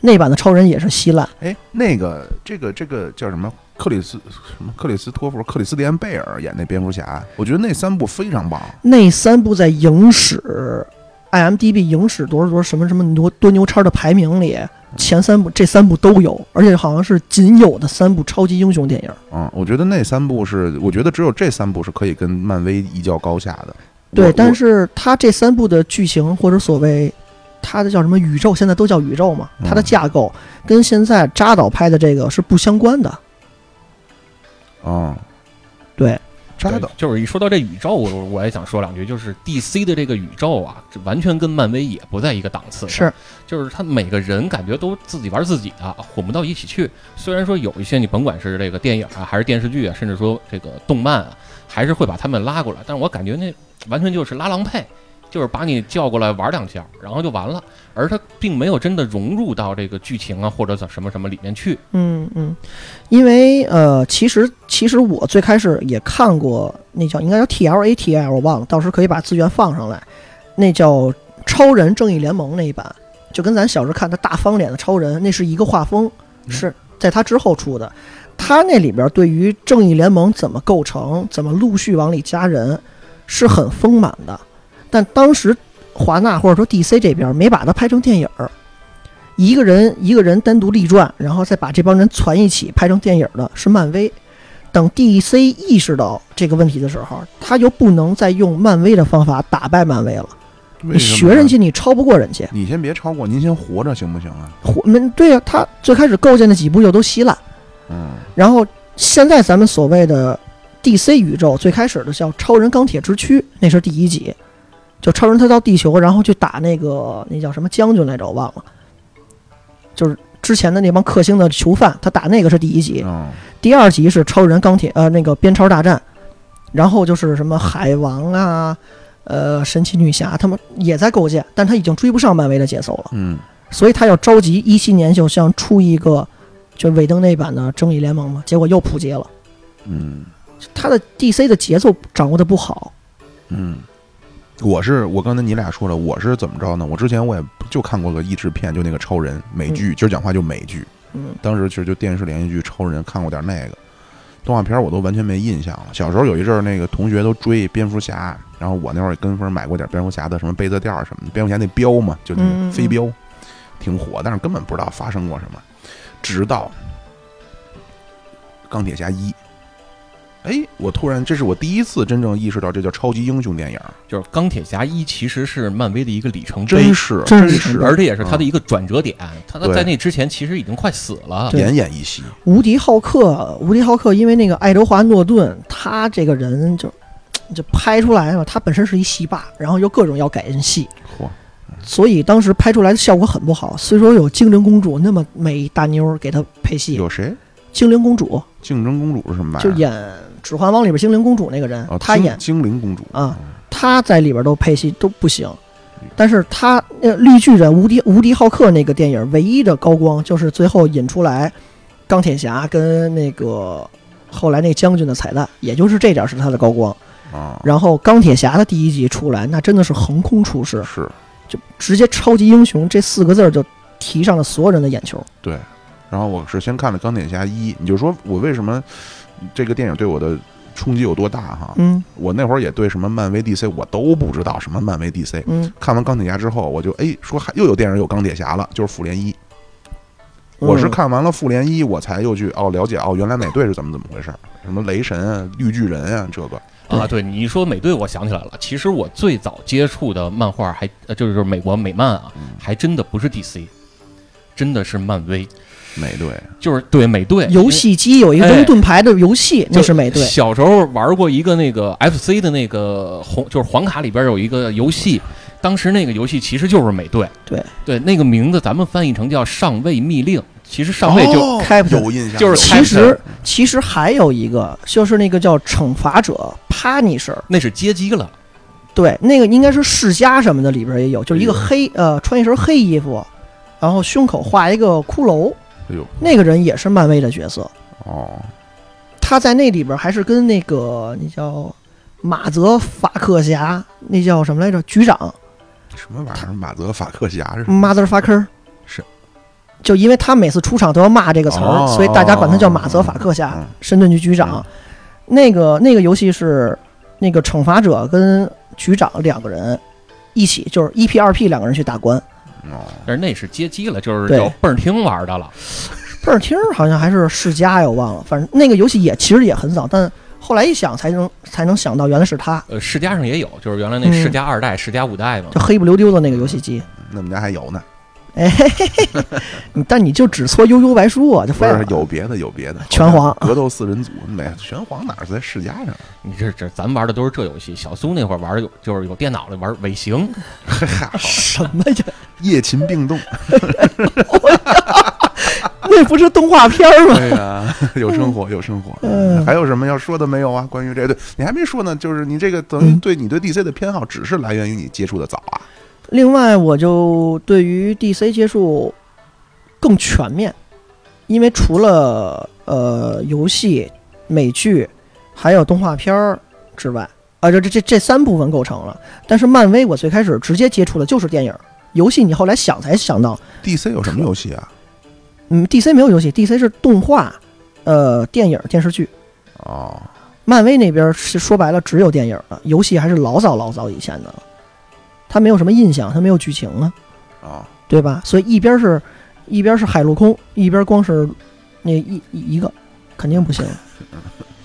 S2: 那版的超人也是稀烂。
S1: 哎，那个这个这个叫什么？克里斯什么？克里斯托弗、克里斯蒂安贝尔演那蝙蝠侠，我觉得那三部非常棒。
S2: 那三部在影史 IMDB 影史多少多少什么什么牛多牛叉的排名里，
S1: 嗯
S2: 前三部这三部都有，而且好像是仅有的三部超级英雄电影。
S1: 嗯，我觉得那三部是，我觉得只有这三部是可以跟漫威一较高下的。
S2: 对，
S1: 我
S2: 但是他这三部的剧情或者所谓他的叫什么宇宙，现在都叫宇宙嘛，它的
S1: 嗯
S2: 架构跟现在扎导拍的这个是不相关的。
S1: 我嗯，
S2: 对，
S1: 扎
S3: 对
S1: 导
S3: 就是一说到这宇宙，我我也想说两句，就是 DC 的这个宇宙啊，这完全跟漫威也不在一个档次。
S2: 是，
S3: 就是他每个人感觉都自己玩自己的，混不到一起去。虽然说有一些你甭管是这个电影啊，还是电视剧啊，甚至说这个动漫啊，还是会把他们拉过来，但是我感觉那完全就是拉郎配，就是把你叫过来玩两下，然后就完了。而他并没有真的融入到这个剧情啊，或者怎什么什么里面去。
S2: 嗯，嗯，因为呃，其实其实我最开始也看过那叫应该叫 T L A T L，我忘了，到时候可以把资源放上来。那叫超人正义联盟那一版，就跟咱小时候看的大方脸的超人，那是一个画风，
S1: 嗯
S2: 是在他之后出的。他那里边对于正义联盟怎么构成、怎么陆续往里加人，是很丰满的。但当时华纳或者说 DC 这边没把它拍成电影儿，一个人一个人单独立传，然后再把这帮人攒一起拍成电影儿的是漫威。等 DC 意识到这个问题的时候，他就不能再用漫威的方法打败漫威了。
S1: 为
S2: 你
S1: 什
S2: 学
S1: 么
S2: 人
S1: 呢
S2: 家，你超不过人家。
S1: 你先别超过，您先活着行不行啊？
S2: 我们对呀、他最开始构建的几部就都稀烂，
S1: 嗯，
S2: 然后现在咱们所谓的 DC 宇宙最开始的叫《超人钢铁之躯》，那是第一集，就超人他到地球，然后去打那个那叫什么将军来着，我忘了，就是之前的那帮克星的囚犯，他打那个是第一集，
S1: 嗯，
S2: 第二集是超人钢铁呃那个边超大战，然后就是什么海王啊，呃神奇女侠他们也在构建，但他已经追不上漫威的节奏了。
S1: 嗯，
S2: 所以他要着急一七年就想出一个，就是尾灯那版的正义联盟嘛，结果又扑街了。
S1: 嗯，
S2: 他的 DC 的节奏掌握的不好，
S1: 嗯。我是我刚才你俩说了，我是怎么着呢？我之前我也就看过个译制片，就那个超人美剧，今儿讲话就美剧。
S2: 嗯，
S1: 当时其实就电视连续剧《超人》看过点那个动画片，儿，我都完全没印象了。小时候有一阵儿，那个同学都追蝙蝠侠，然后我那会儿也跟风买过点蝙蝠侠的什么杯子垫儿什么的，蝙蝠侠那标嘛，就那
S2: 嗯嗯
S1: 个
S2: 嗯
S1: 飞镖，挺火，但是根本不知道发生过什么，直到钢铁侠一。哎，我突然，这是我第一次真正意识到这叫超级英雄电影，
S3: 就是钢铁侠一其实是漫威的一个里程碑
S1: 真，是
S2: 真是
S1: 是，
S3: 而这也是他的一个转折点。他他
S1: 对
S3: 在那之前其实已经快死了。
S2: 对
S1: 奄奄一息。
S2: 无敌浩克，无敌浩克，因为那个爱德华诺顿，他这个人就就拍出来嘛，它本身是一戏霸，然后又各种要改进戏，
S1: 嚯，
S2: 所以当时拍出来的效果很不好。虽说有精灵公主那么美大妞儿给她配戏，
S1: 有谁？
S2: 精灵公主
S1: 竞争公主是什么玩意
S2: 就
S1: 儿？
S2: 演《指环王》里边精灵公主那个人，
S1: 哦，
S2: 她
S1: 精
S2: 演
S1: 精灵公主
S2: 啊，她在里边都配戏都不行。但是她那绿巨人无敌无敌浩克那个电影唯一的高光就是最后引出来钢铁侠跟那个呃后来那将军的彩蛋，也就是这点儿是她的高光。
S1: 啊，
S2: 然后钢铁侠的第一集出来，那真的是横空出世，
S1: 是
S2: 就直接超级英雄这四个字儿就提上了所有人的眼球。
S1: 对。然后我是先看了《钢铁侠一》，你就说我为什么这个电影对我的冲击有多大哈？
S2: 嗯
S1: 我那会儿也对什么漫威、DC 我都不知道什么漫威、DC。
S2: 嗯，
S1: 看完钢铁侠之后，我就哎说还又有电影有钢铁侠了，就是复联一。
S2: 嗯
S1: 我是看完了复联一，我才又去哦了解哦，原来美队是怎么怎么回事儿，什么雷神啊、绿巨人啊，这个
S3: 啊，对你一说美队，我想起来了。其实我最早接触的漫画还呃就是就是美国美漫啊，
S2: 嗯
S3: 还真的不是 DC，真的是漫威，
S1: 美队
S3: 就是对美队
S2: 游。戏机有一个
S3: 哎
S2: 扔盾牌的游戏，
S3: 就
S2: 那是美队。
S3: 小时候玩过一个那个 FC 的那个红，就是黄卡里边有一个游戏，当时那个游戏其实就是美队。
S2: 对
S3: 对，那个名字咱们翻译成叫《上尉密令》，其实上尉就、
S1: 哦
S2: 开不
S1: 有印象，
S3: 就是
S1: 有
S3: 开
S2: 其实其实还有一个就是那个叫惩罚者 Punisher，
S3: 那是街机了。
S2: 对，那个应该是世家什么的里边也有，就是一个黑呃穿一身黑衣服，然后胸口画一个骷髅，
S1: 哎呦
S2: 那个人也是漫威的角色。
S1: 哦，
S2: 他在那里边还是跟那个那叫马泽法克侠，那叫什么来着？局长
S1: 什么玩意儿？马泽法克侠是吧？
S2: Mother Fucker
S1: 是，
S2: 就因为他每次出场都要骂这个词儿，
S1: 哦
S2: 所以大家管他叫马泽法克侠，
S1: 嗯
S2: 深圳局局长
S1: 嗯。
S2: 那个那个游戏是那个惩罚者跟局长两个人一起，就是一 P 二 P 两个人去打关。
S1: 哦，
S3: 但呃是那是街机了，就是
S2: 对
S3: 叫蹦儿厅玩的了。
S2: 贝尔汀儿好像还是世嘉呀，我忘了，反正那个游戏也其实也很早，但后来一想才能才能想到原来是他，
S3: 呃，世嘉上也有，就是原来那
S2: 嗯
S3: 世嘉二代、世嘉五代嘛
S2: 就。黑不溜丢的那个游戏机。
S1: 那我们家还有呢，
S2: 哎，嘿嘿嘿，但你就只搓悠悠白书啊，就
S1: 不
S2: 废了
S1: 是。有别的有别的，
S2: 拳皇
S1: 格斗四人组没拳皇哪是在世家上？啊
S3: 你这这咱玩的都是这游戏。小苏那会儿玩的有就是有电脑的玩尾行，
S1: 哈，
S2: 什么呀？
S1: 夜勤并动，
S2: 那不是动画片儿吗？
S1: 对呀，有生活有生活
S2: 嗯。
S1: 还有什么要说的没有啊？关于这对你还没说呢，就是你这个等
S2: 嗯
S1: 于对你对 DC 的偏好，只是来源于你接触的早啊。
S2: 另外，我就对于 DC 接触更全面，因为除了呃游戏、美剧，还有动画片儿之外，啊，这这这这三部分构成了。但是漫威，我最开始直接接触的就是电影儿，游戏你后来想才想到，
S1: DC 有什么游戏啊？
S2: 嗯，DC 没有游戏，DC 是动画、呃电影、电视剧。
S1: 哦，
S2: 漫威那边是说白了只有电影了，游戏还是老早老早以前的了，它没有什么印象，它没有剧情啊，
S1: 哦，
S2: 对吧？所以一边是，一边是海陆空，一边光是那一一一个，肯定不行。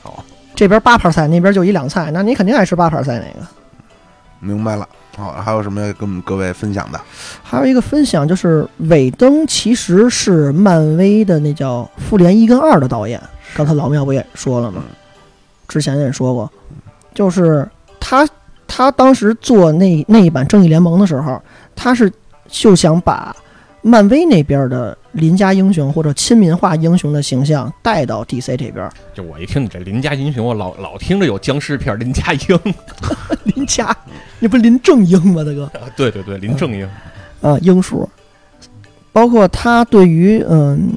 S1: 好，
S2: 这边八盘菜，那边就一两菜，那你肯定爱吃八盘菜那个。
S1: 明白了。好，还有什么要跟我们各位分享的？
S2: 还有一个分享就是，尾灯其实是漫威的那叫《复联一》跟二的导演，刚才老庙不也说了吗
S1: 嗯？
S2: 之前也说过，就是他他当时做那那一版《正义联盟》的时候，他是就想把漫威那边的邻家英雄或者亲民化英雄的形象带到 DC 这边。
S3: 就我一听你这邻家英雄，我老老听着有僵尸片儿林家英。
S2: 邻家，你不林正英吗，大哥？
S3: 啊对对对，林正英。
S2: 呃英叔，包括他对于嗯，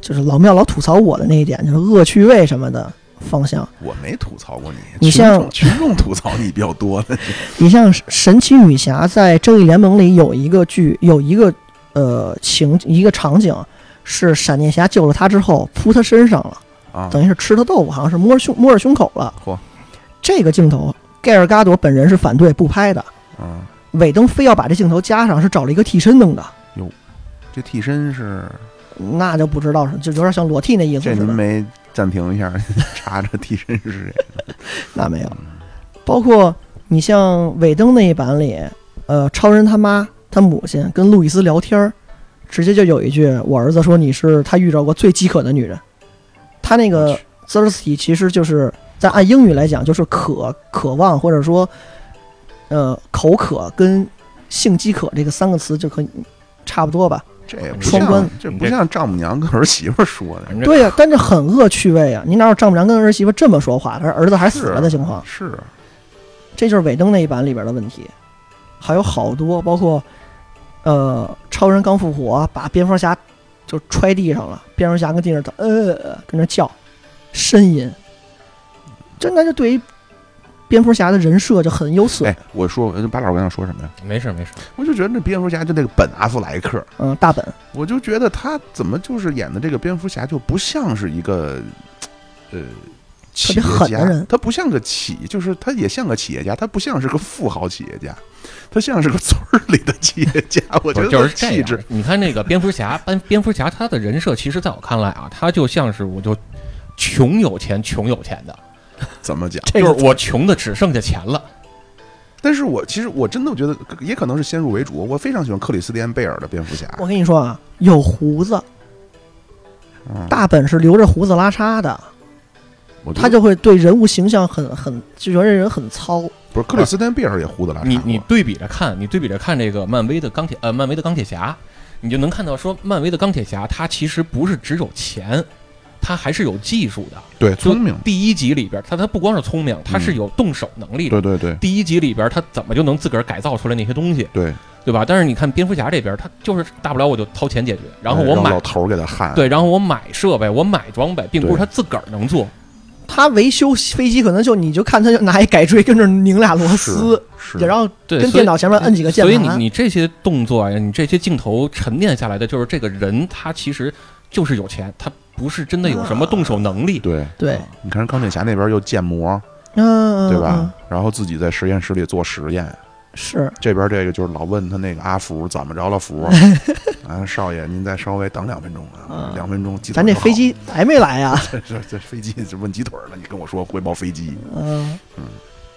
S2: 就是老庙老吐槽我的那一点，就是恶趣味什么的方向。
S1: 我没吐槽过你，
S2: 你
S1: 群
S2: 像
S1: 众群众吐槽你比较多的。
S2: 你像神奇女侠在正义联盟里有一个剧，有一个呃情一个场景。是闪电侠救了他之后扑他身上了，
S1: 啊，
S2: 等于是吃他豆腐，好像是摸着胸摸着胸口了。
S1: 嚯
S2: 这个镜头，盖尔加朵本人是反对不拍的，
S1: 嗯，
S2: 尾灯非要把这镜头加上，是找了一个替身弄的，
S1: 这替身是
S2: 那就不知道是就有点像裸替那意思
S1: 这
S2: 似的
S1: 您。没暂停一 下查查替身是谁？
S2: 那没有。包括你像尾灯那一版里，呃，超人他妈他母亲跟路易斯聊天儿，直接就有一句：“我儿子说你是他遇到过最饥渴的女人。”他那
S1: 我
S2: 个
S1: 去
S2: thirsty 其实就是但按英语来讲，就是渴渴望或者说，呃，口渴跟性饥渴这个三个词就可以差不多吧？
S1: 这也不
S2: 双
S1: 像
S2: 关，
S1: 这不像丈母娘跟儿媳妇说的，
S3: 反正
S2: 对呀、但这很恶趣味啊！你哪有丈母娘跟儿媳妇这么说话，而儿子还死了的情况？
S1: 是啊
S2: 这就是尾灯那一版里边的问题，还有好多，包括呃，超人刚复活把蝙蝠侠就揣地上了，蝙蝠侠跟地上呃跟那叫呻吟，这那就对于蝙蝠侠的人设就很有损
S1: 哎。，我说巴老师刚想说什么呀？
S3: 没事没事，
S1: 我就觉得这蝙蝠侠就那个本阿弗莱克，
S2: 嗯，大本
S1: 我就觉得他怎么就是演的这个蝙蝠侠就不像是一个，呃。
S2: 特别狠的
S1: 企业家
S2: 人
S1: 他不像个企，就是他也像个企业家，他不像是个富豪企业家，他像是个村儿里的企业 家。我觉得
S3: 不是哦就
S1: 他
S3: 是这
S1: 气
S3: 样
S1: 质，。
S3: 你看那个蝙蝠侠，蝙蝙蝠侠他的人设，其实在我看来啊，他就像是我就穷有钱，穷有钱的，
S1: 怎么讲？
S2: 这
S3: 就
S2: 个
S3: 是我穷的只剩下钱了。
S1: 但是我其实我真的觉得，呃也可能是先入为主。我非常喜欢克里斯蒂安贝尔的蝙蝠侠，
S2: 我跟你说啊，有胡子，
S1: 嗯
S2: 大本是留着胡子拉碴的，
S1: 我觉
S2: 他
S1: 得
S2: 就会对人物形象很很就觉得这人很糙。
S1: 不是克里斯蒂安贝尔也胡子拉碴
S3: 你
S1: 过
S3: 你对比着啊看，你对比着看这个漫威的钢铁呃，漫威的钢铁侠，你就能看到说，漫威的钢铁侠他其实不是只有钱，他还是有技术的。
S1: 对
S3: 就
S1: 聪明，嗯
S3: 第一集里边，他他不光是聪明，他是有动手能力的。
S1: 对对对
S3: 第一集里边，他怎么就能自个儿改造出来那些东西，
S1: 对，
S3: 对吧？但是你看蝙蝠侠这边，他就是大不了我就掏钱解决，然后我
S1: 哎让
S3: 买
S1: 老头儿给他焊，
S3: 对，然后我买设备，我买装备，并不是
S1: 对
S3: 他自个儿能做。
S2: 他维修飞机可能就你就看他就拿一改锥跟这儿拧俩螺
S1: 是
S2: 丝，
S1: 是，
S2: 然后
S3: 对，
S2: 跟
S3: 所以
S2: 电脑前面摁几个键
S3: 所以
S2: 盘。
S3: 你你这些动作呀，你这些镜头沉淀下来的，就是这个人他其实就是有钱，他不是真的有什么动手能力。
S1: 对，
S2: 对，
S3: 啊
S1: 你看钢铁侠那边又建模，
S2: 嗯，
S1: 对
S2: 嗯
S1: 吧？？然后自己在实验室里做实验，
S2: 是，
S1: 这边这个就是老问他那个阿福怎么着了福， 啊少爷您再稍微等两分钟啊
S2: 嗯，
S1: 两分钟鸡腿
S2: 咱这
S1: 不好嗯
S2: 飞机来没来呀？
S1: 这这飞机是问鸡腿儿呢，你跟我说汇报飞机，
S2: 嗯，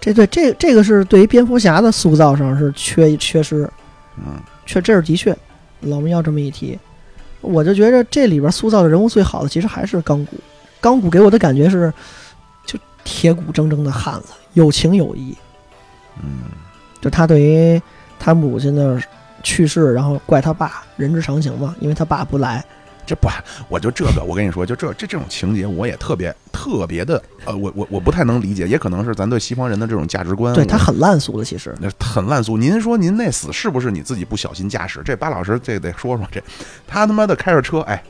S2: 这对这这个是对于蝙蝠侠的塑造上是缺缺失，
S1: 嗯，
S2: 确这是的确，老们要这么一提，我就觉着这里边塑造的人物最好的其实还是钢骨，钢骨给我的感觉是就铁骨铮铮的汉子，有情有义，
S1: 嗯，
S2: 就他对于他母亲的去世，然后怪他爸，人之常情嘛，因为他爸不来，
S1: 这不，我就这个，我跟你说，就这这这种情节，我也特别特别的，呃，我我我不太能理解，也可能是咱对西方人的这种价值观，啊
S2: 对
S1: 我
S2: 他很烂俗的其实。
S1: 那很烂俗。您说您那死是不是你自己不小心驾驶？这巴老师这得说说这，他他妈的开着车，哎，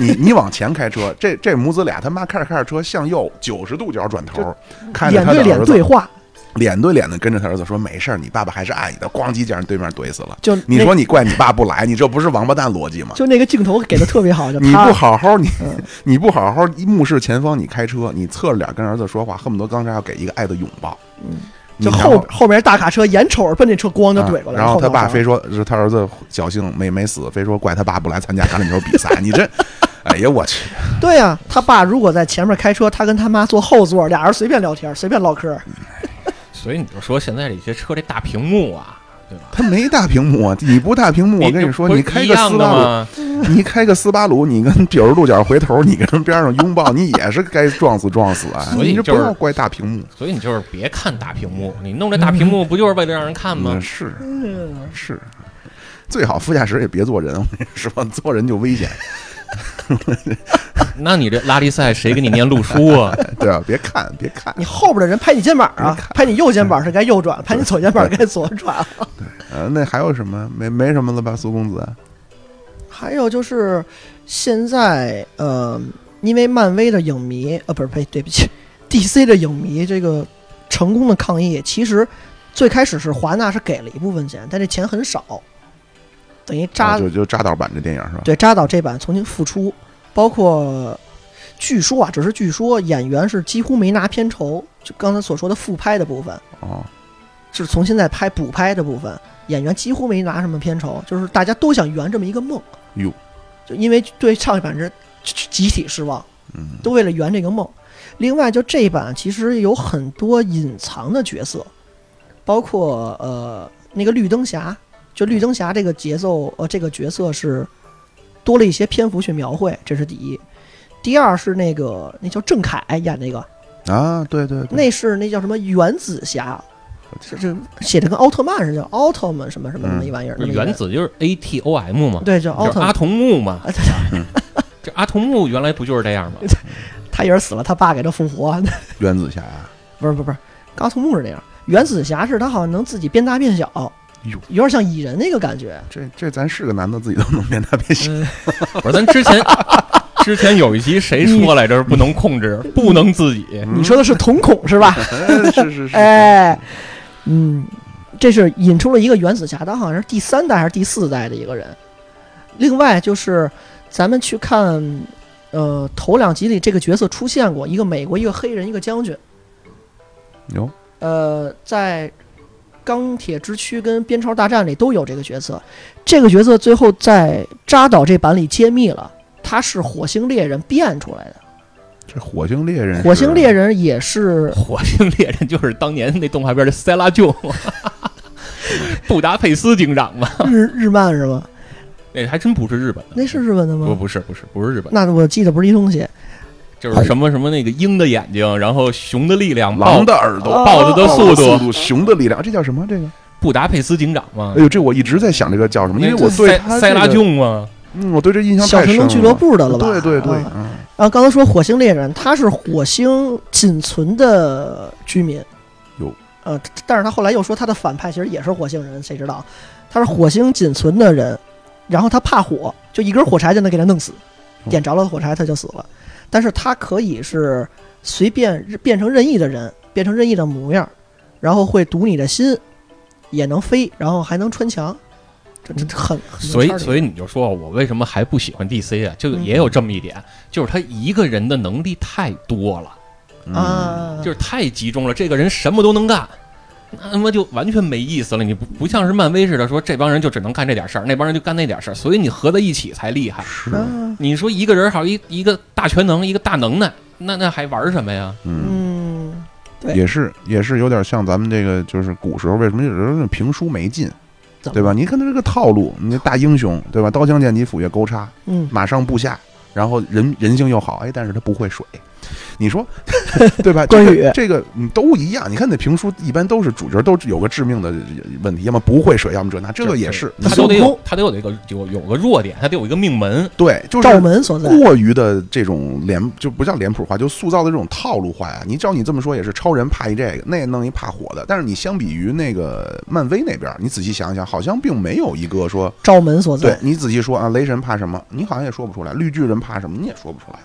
S1: 你你往前开车，这这母子俩他妈开着开着车向右九十度角转头，看着
S2: 脸
S1: 他的
S2: 对脸
S1: 儿
S2: 对
S1: 子，
S2: 话，
S1: 脸对脸的跟着他儿子说没事儿，你爸爸还是爱你的，咣叽就让对面怼死了。
S2: 就
S1: 你
S2: 那
S1: 说你怪你爸不来，你这不是王八蛋逻辑吗？
S2: 就那个镜头给的特别好，就
S1: 你
S2: 他
S1: 不好好你
S2: 嗯
S1: 你不好好目视前方，你开车，你侧着脸跟儿子说话，恨不得刚才要给一个爱的拥抱。
S2: 嗯
S1: 你
S2: 就
S1: 然
S2: 后
S1: 后
S2: 后边大卡车眼瞅着奔这车咣就怼过来了、
S1: 啊然后他爸
S2: 脑勺
S1: 非说是他儿子侥幸没没死，非说怪他爸不来参加橄榄球比 赛。你这，哎呀我去，
S2: 对呀、他爸如果在前面开车，他跟他妈坐后座，俩人随便聊天，随便唠嗑。
S3: 所以你就说现在这些车这大屏幕啊，对吧？
S1: 他没大屏幕啊！你不大屏幕，我跟你说，
S3: 不是
S1: 你开
S3: 一
S1: 个
S3: 样
S1: 斯
S3: 的
S1: 巴
S3: 吗？
S1: 鲁， 你开个斯巴鲁，你跟九十度角回头，你跟边上拥抱，你也是该撞死撞死啊！
S3: 所以
S1: 你这
S3: 就
S1: 不
S3: 是
S1: 要怪大屏幕，
S3: 所以你就是别看大屏幕，你弄这大屏幕不就是为了让人看吗
S1: 嗯？是是，最好副驾驶也别坐人，我跟你说，坐人就危险，
S3: 那你这拉力赛谁给你念路书啊？
S1: 对吧？别看，别看
S2: 你，后边的人拍你肩膀啊，拍你右肩
S1: 嗯
S2: 膀是该右转，拍你左肩膀
S1: 对
S2: 该左转。
S1: 呃，那还有什么？没没什么了吧，苏公子？
S2: 还有就是现在，呃，因为漫威的影迷，呃，不是呸，对不起，DC 的影迷这个成功的抗议，其实最开始是华纳是给了一部分钱，但这钱很少，等于扎、
S1: 啊就就扎导版这电影是吧？
S2: 对扎导这版重新复出，包括据说啊，只是据说演员是几乎没拿片酬，就刚才所说的复拍的部分，
S1: 哦，
S2: 是从现在拍补拍的部分，演员几乎没拿什么片酬，就是大家都想圆这么一个梦。
S1: 哟，
S2: 就因为对上一版是集体失望，
S1: 嗯。
S2: 都为了圆这个梦。另外，就这一版其实有很多隐藏的角色，包括呃那个绿灯侠，就绿灯侠这个节奏呃这个角色是多了一些篇幅去描绘，这是第一。第二是那个那叫郑恺演那个
S1: 啊，对对对，
S2: 那是那叫什么原子侠，这这写的跟奥特曼似的，叫奥特曼什么什么什么一玩意儿，那么一个
S3: 原子就是 A T O M 嘛，
S2: 对叫奥
S3: 就是
S2: 特
S3: 阿
S2: 曼，
S3: 童木嘛
S2: 啊。
S3: 这阿童木原来不就是这样吗？
S2: 他也是死了，他爸给他复活，
S1: 原子侠，啊
S2: 不是不是不是，阿童木是那样，原子侠是他好像能自己变大变小
S1: 哟，
S2: 有点像蚁人那个感觉，
S1: 这这咱是个男的自己都能变大变 小，
S3: 不是，咱之前 之前有一集谁说来着？不能控制，不能自己。
S2: 你说的是瞳孔 是吧？
S1: 嗯是是是，
S2: 哎，嗯，这是引出了一个原子侠，他好像是第三代还是第四代的一个人。另外就是咱们去看，呃，头两集里这个角色出现过，一个美国，一个黑人，一个将军。
S1: 牛，
S2: 呃，在钢铁之躯跟边超大战里都有这个角色。这个角色最后在扎导这版里揭秘了，他是火星猎人变出来的。
S1: 这火星猎
S3: 哎
S1: 人是，
S2: 火星猎人也是
S3: 火星猎人就是当年那动画片的塞拉舅， 布达佩斯警长嘛，
S2: 日 日漫是吗？
S3: 那还真不是日本的，
S2: 那是日本的吗？
S3: 不不是不是不是日本的，
S2: 那我记得不是一双鞋，
S3: 就是什么什么那个鹰的眼睛，然后熊的力量，
S1: 狼
S3: 豹
S1: 的耳朵，
S2: 哦
S3: 豹子的
S1: 速
S3: 速度，嗯
S1: 度，熊的力量，啊这叫什么？这个？
S3: 布达佩斯警长嘛
S1: 哎，呦，这我一直在想这个叫什么，因为
S3: 那
S1: 我对
S3: 塞
S1: 他、这个、
S3: 塞拉舅嘛，
S1: 嗯，我对这印象
S2: 小
S1: 太
S2: 神
S1: 深了。
S2: 龙俱乐部的了吧？
S1: 对对对，
S2: 啊
S1: 嗯，
S2: 然后刚才说火星猎人，他是火星仅存的居民。
S1: 哟。
S2: 呃，但是他后来又说他的反派其实也是火星人，谁知道？他是火星仅存的人，然后他怕火，就一根火柴就能给他弄死，
S1: 哦
S2: 点着了火柴他就死了。但是他可以是随便变成任意的人，变成任意的模样，然后会读你的心，也能飞，然后还能穿墙，这这很很
S3: 所以
S2: 有趣儿
S3: 所以你就说我为什么还不喜欢 DC 啊？就
S2: 嗯
S3: 也有这么一点，就是他一个人的能力太多了。
S1: 嗯，
S2: 啊，
S3: 就是太集中了，这个人什么都能干，那他妈就完全没意思了。你不不像是漫威似的，说这帮人就只能干这点事儿，那帮人就干那点事儿，所以你合在一起才厉害。
S1: 是，
S2: 啊
S3: 你说一个人好一一个大全能，一个大能耐，那那还玩什么呀？
S1: 嗯，
S2: 嗯，对
S1: 也是也是有点像咱们这个，就是古时候为什么有人评书没劲，
S2: 怎么
S1: 对吧？你看他这个套路，你大英雄，对吧？刀枪剑戟斧钺钩叉，
S2: 嗯，
S1: 马上部下，然后人人性又好，哎，但是他不会水，你说 对吧？
S2: 关
S1: 这
S2: 羽
S1: 个这个你都一样，你看那评书一般都是主角都有个致命的问题，要么不会水，要么这那，这个也是，
S3: 他
S1: 就
S3: 都得
S2: 孙悟
S3: 有
S2: 空
S3: 他得有这个有有个弱点，他得有一个命门。
S1: 对，就是
S2: 赵门所在，
S1: 过于的这种脸就不叫脸谱化，就塑造的这种套路化呀。你照你这么说也是，超人怕一这个，那弄一怕火的。但是你相比于那个漫威那边，你仔细想一想，好像并没有一个说，
S2: 赵门所
S1: 对
S2: 在，
S1: 你仔细说啊，雷神怕什么？你好像也说不出来。绿巨人怕什么？你也说不出来，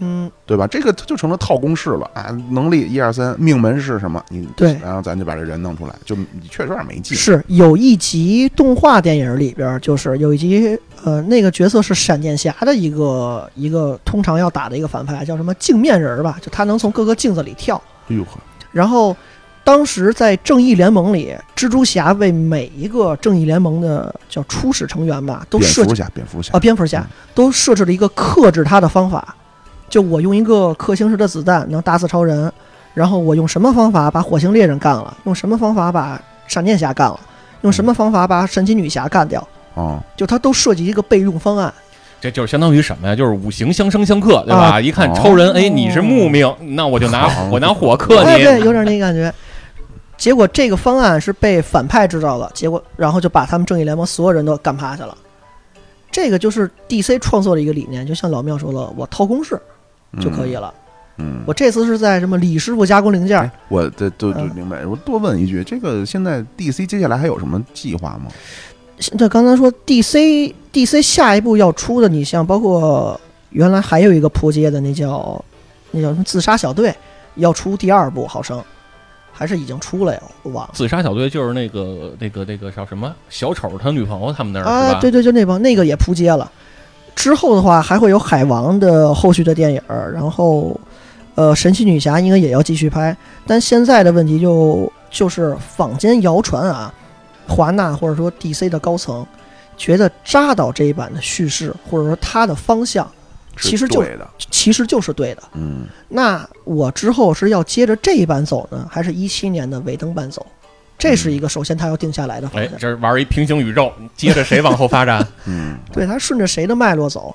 S2: 嗯。
S1: 对吧？这个它就成了套公式了啊。能力一二三，命门是什么？你
S2: 对
S1: 然后咱就把这人弄出来，就你确实有点没劲。
S2: 是有一集动画电影里边儿，就是有一集，呃，那个角色是闪电侠的一个一个通常要打的一个反派，叫什么镜面人儿吧，就他能从各个镜子里跳。
S1: 哎呦呵，
S2: 然后当时在正义联盟里，蜘蛛侠为每一个正义联盟的叫初始成员吧，都
S1: 蝙
S2: 设
S1: 蝠
S2: 计
S1: 侠，蝙蝠侠
S2: 啊，蝙蝠
S1: 嗯
S2: 侠都设置了一个克制他的方法，就我用一个氪星石的子弹能打死超人，然后我用什么方法把火星猎人干了，用什么方法把闪电侠干了，用
S1: 嗯
S2: 什么方法把神奇女侠干掉，
S1: 啊，
S2: 就他都设计一个备用方案。
S3: 这就是相当于什么呀？就是五行相生相克，对吧？
S2: 啊
S3: 一看超人，哎，你是木命，那我就拿
S1: 好
S3: 我拿火克
S2: 哎，哦对，
S1: 啊
S3: 你。
S2: 有点那感觉。结果这个方案是被反派知道了，结果然后就把他们正义联盟所有人都干趴下了。这个就是 DC 创作的一个理念，就像老庙说了，我套公式就可以了。
S1: 哦嗯。嗯，
S2: 我这次是在什么李师傅加工零件，
S1: 哎我这都都
S2: 嗯
S1: 明白。我多问一句，这个现在 DC 接下来还有什么计划吗？
S2: 对，刚才说 DC DC 下一步要出的，你像包括原来还有一个扑街的，那叫那叫什么自杀小队，要出第二部，好像还是已经出了呀，我忘了。
S3: 自杀小队就是那个那个那个叫什么小丑他女朋友他们那儿是
S2: 啊，
S3: 吧？
S2: 对对，就那帮那个也扑街了。之后的话还会有海王的后续的电影儿，然后呃，神奇女侠应该也要继续拍，但现在的问题就就是坊间谣传啊，华纳或者说 DC 的高层觉得扎导这一版的叙事或者说他的方向其实
S1: 是
S2: 就
S1: 对的，
S2: 其实就是对的。
S1: 嗯，
S2: 那我之后是要接着这一版走呢，还是一七年的尾灯版走？这是一个首先他要定下来的
S3: 嗯
S2: 方
S3: 哎
S2: 向，。
S3: 这玩一平行宇宙，接 着谁往后发展？
S1: 嗯，
S2: 对，他顺着谁的脉络走。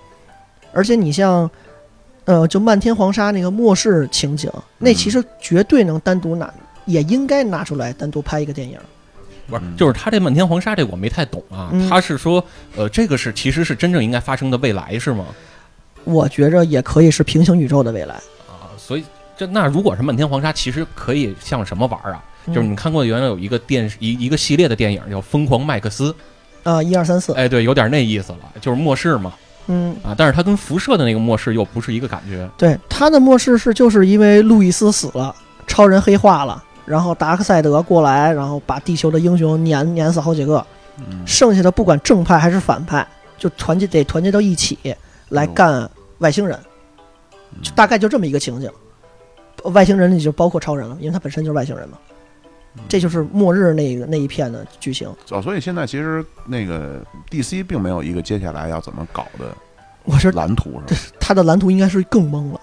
S2: 而且你像呃，就漫天黄沙那个末世情景，那其实绝对能单独拿，也应该拿出来单独拍一个电影。
S3: 不是
S1: 嗯，
S3: 就是他这漫天黄沙这我没太懂啊
S2: 嗯。
S3: 他是说，呃，这个是其实是真正应该发生的未来是吗？
S2: 我觉着也可以是平行宇宙的未来，
S3: 啊，所以这那如果是漫天黄沙，其实可以像什么玩儿啊？就是你
S2: 嗯
S3: 们看过原来有一个电视一一个系列的电影叫《疯狂麦克斯》，
S2: 啊，一二三四，
S3: 哎，对，有点那意思了，就是末世嘛
S2: 嗯，
S3: 啊，但是它跟辐射的那个末世又不是一个感觉。
S2: 对，他的末世是就是因为路易斯死了，超人黑化了，然后达克赛德过来，然后把地球的英雄碾碾死好几个，
S1: 嗯
S2: 剩下的不管正派还是反派，就团结得团结到一起来
S3: 嗯
S2: 干外星人，就大概就这么一个情景。呃外星人里就包括超人了，因为他本身就是外星人嘛。
S3: 嗯
S2: 这就是末日那个那一片的剧情。
S1: 哦，所以现在其实那个 DC 并没有一个接下来要怎么搞的
S2: 我说
S1: 蓝图，是吧？
S2: 他的蓝图应该是更懵了。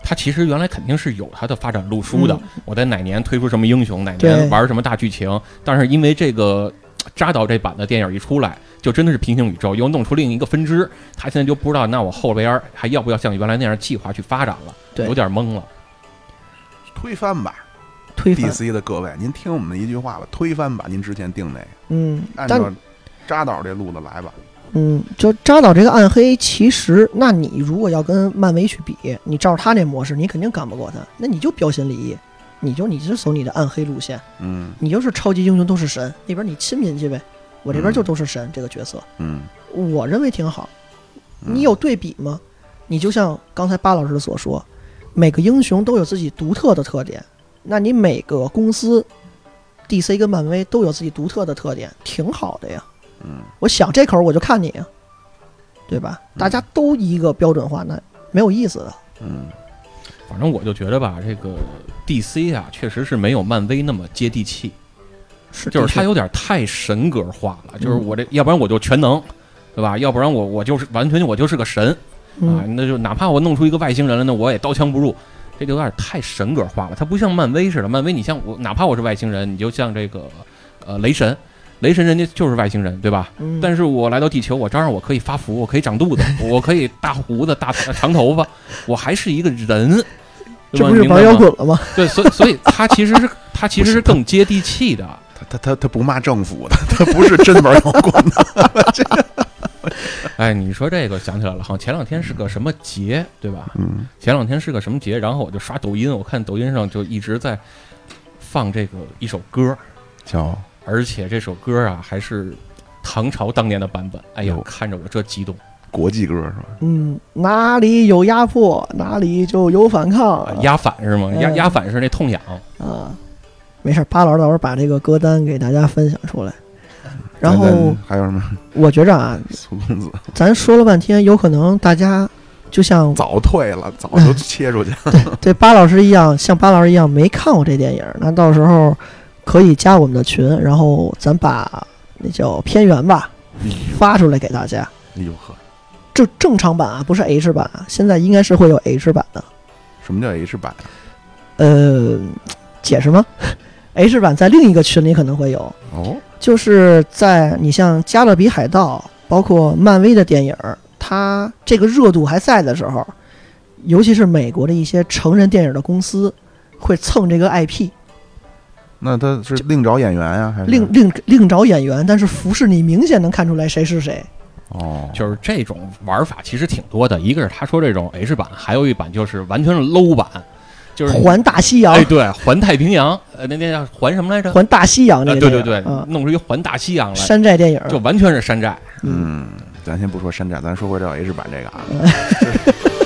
S3: 它其实原来肯定是有它的发展路书的，
S2: 嗯
S3: 我在哪年推出什么英雄，哪
S2: 对
S3: 年玩什么大剧情，但是因为这个呃扎导这版的电影一出来，就真的是平行宇宙，又弄出另一个分支，他现在就不知道那我后边儿还要不要像原来那样计划去发展了，
S2: 对
S3: 有点懵了。
S1: 推翻吧
S2: 推翻，
S1: ，DC 的各位，您听我们的一句话吧，推翻吧，您之前定那个，
S2: 嗯，
S1: 按
S2: 但
S1: 照扎导这路子来吧。
S2: 嗯，就扎导这个暗黑，其实，那你如果要跟漫威去比，你照着他那模式，你肯定干不过他。那你就标新立异，你就你就走你的暗黑路线，
S1: 嗯
S2: 你就是超级英雄都是神，那边你亲民去呗，我这边
S1: 嗯
S2: 就都是神、这个角色，
S1: 嗯，
S2: 我认为挺好。
S1: 嗯
S2: 你有对比吗？你就像刚才巴老师所说，每个英雄都有自己独特的特点，那你每个公司，DC 跟漫威都有自己独特的特点，挺好的呀。
S1: 嗯，
S2: 我想这口儿我就看你呀，对吧？
S1: 嗯
S2: 大家都一个标准化，那没有意思的。
S1: 嗯
S3: 反正我就觉得吧，这个 DC 啊，确实是没有漫威那么接地气，
S2: 是嗯
S3: 就是
S2: 他
S3: 它有点太神格化了。就是我这，要不然我就全能，对吧？要不然我我就是完全我就是个神啊，
S2: 嗯
S3: 那就哪怕我弄出一个外星人来，那我也刀枪不入。这就有点太神格化了，它不像漫威似的。漫威，你像我，哪怕我是外星人，你就像这个，呃，雷神，雷神人家就是外星人，对吧？
S2: 嗯，
S3: 但是我来到地球，我照样我可以发福，我可以长肚子，我可以大胡子、大长头发，我还是一个人，对
S2: 这
S3: 吧
S2: 不是
S3: 明白
S2: 玩摇
S3: 吗
S2: 滚了吗？
S3: 对，所以所以他其实是他其实是更接地气的。
S1: 他他他他不骂政府的， 他不是真玩摇滚的。
S3: 哎，你说这个想起来了，好像前两天是个什么节，对吧？
S1: 嗯
S3: 前两天是个什么节，然后我就刷抖音，我看抖音上就一直在放这个一首歌，
S1: 叫
S3: 而且这首歌啊还是唐朝当年的版本。哎呀
S1: 哟，
S3: 看着我这激动，
S1: 国际歌是吧？
S2: 嗯，哪里有压迫，哪里就有反抗
S3: 啊。压反是吗？压
S2: 嗯
S3: 压反是那痛痒。
S2: 啊，没事儿，巴老师到时候把这个歌单给大家分享出来。然后
S1: 还有什么
S2: 我觉着啊，
S1: 苏公子
S2: 咱说了半天，有可能大家就像
S1: 早退了，早就切出去。
S2: 对巴老师一样，像巴老师一样没看过这电影儿，那到时候可以加我们的群，然后咱把那叫片源吧发出来给大家。
S1: 哎呦呵，
S2: 就正常版啊，不是 H 版啊，现在应该是会有 H 版的。
S1: 什么叫 H 版？
S2: 呃，解释吗 ？H 版在另一个群里可能会有，
S1: 哦，
S2: 就是在你像《加勒比海盗》，包括漫威的电影儿，它这个热度还在的时候，尤其是美国的一些成人电影的公司会蹭这个 IP，
S1: 那他是另找演员呀，
S3: 嗯
S1: 还是
S2: 另另另找演员，但是服饰你明显能看出来谁是谁。
S1: 哦，
S3: 就是这种玩法其实挺多的，一个是他说这种 H 版，还有一版就是完全是 low 版，就是
S2: 环大西洋，
S3: 哎对环太平洋，呃那那叫环什么来着？
S2: 环大西洋这
S3: 呃
S2: 个
S3: 对
S2: 电
S3: 对
S2: 影、
S3: 对，
S2: 啊，
S3: 弄出一环大西洋来，
S2: 山寨电影儿，嗯
S3: 就完全是山寨。
S1: 嗯，咱先不说山寨，咱说回这 H 版这个啊，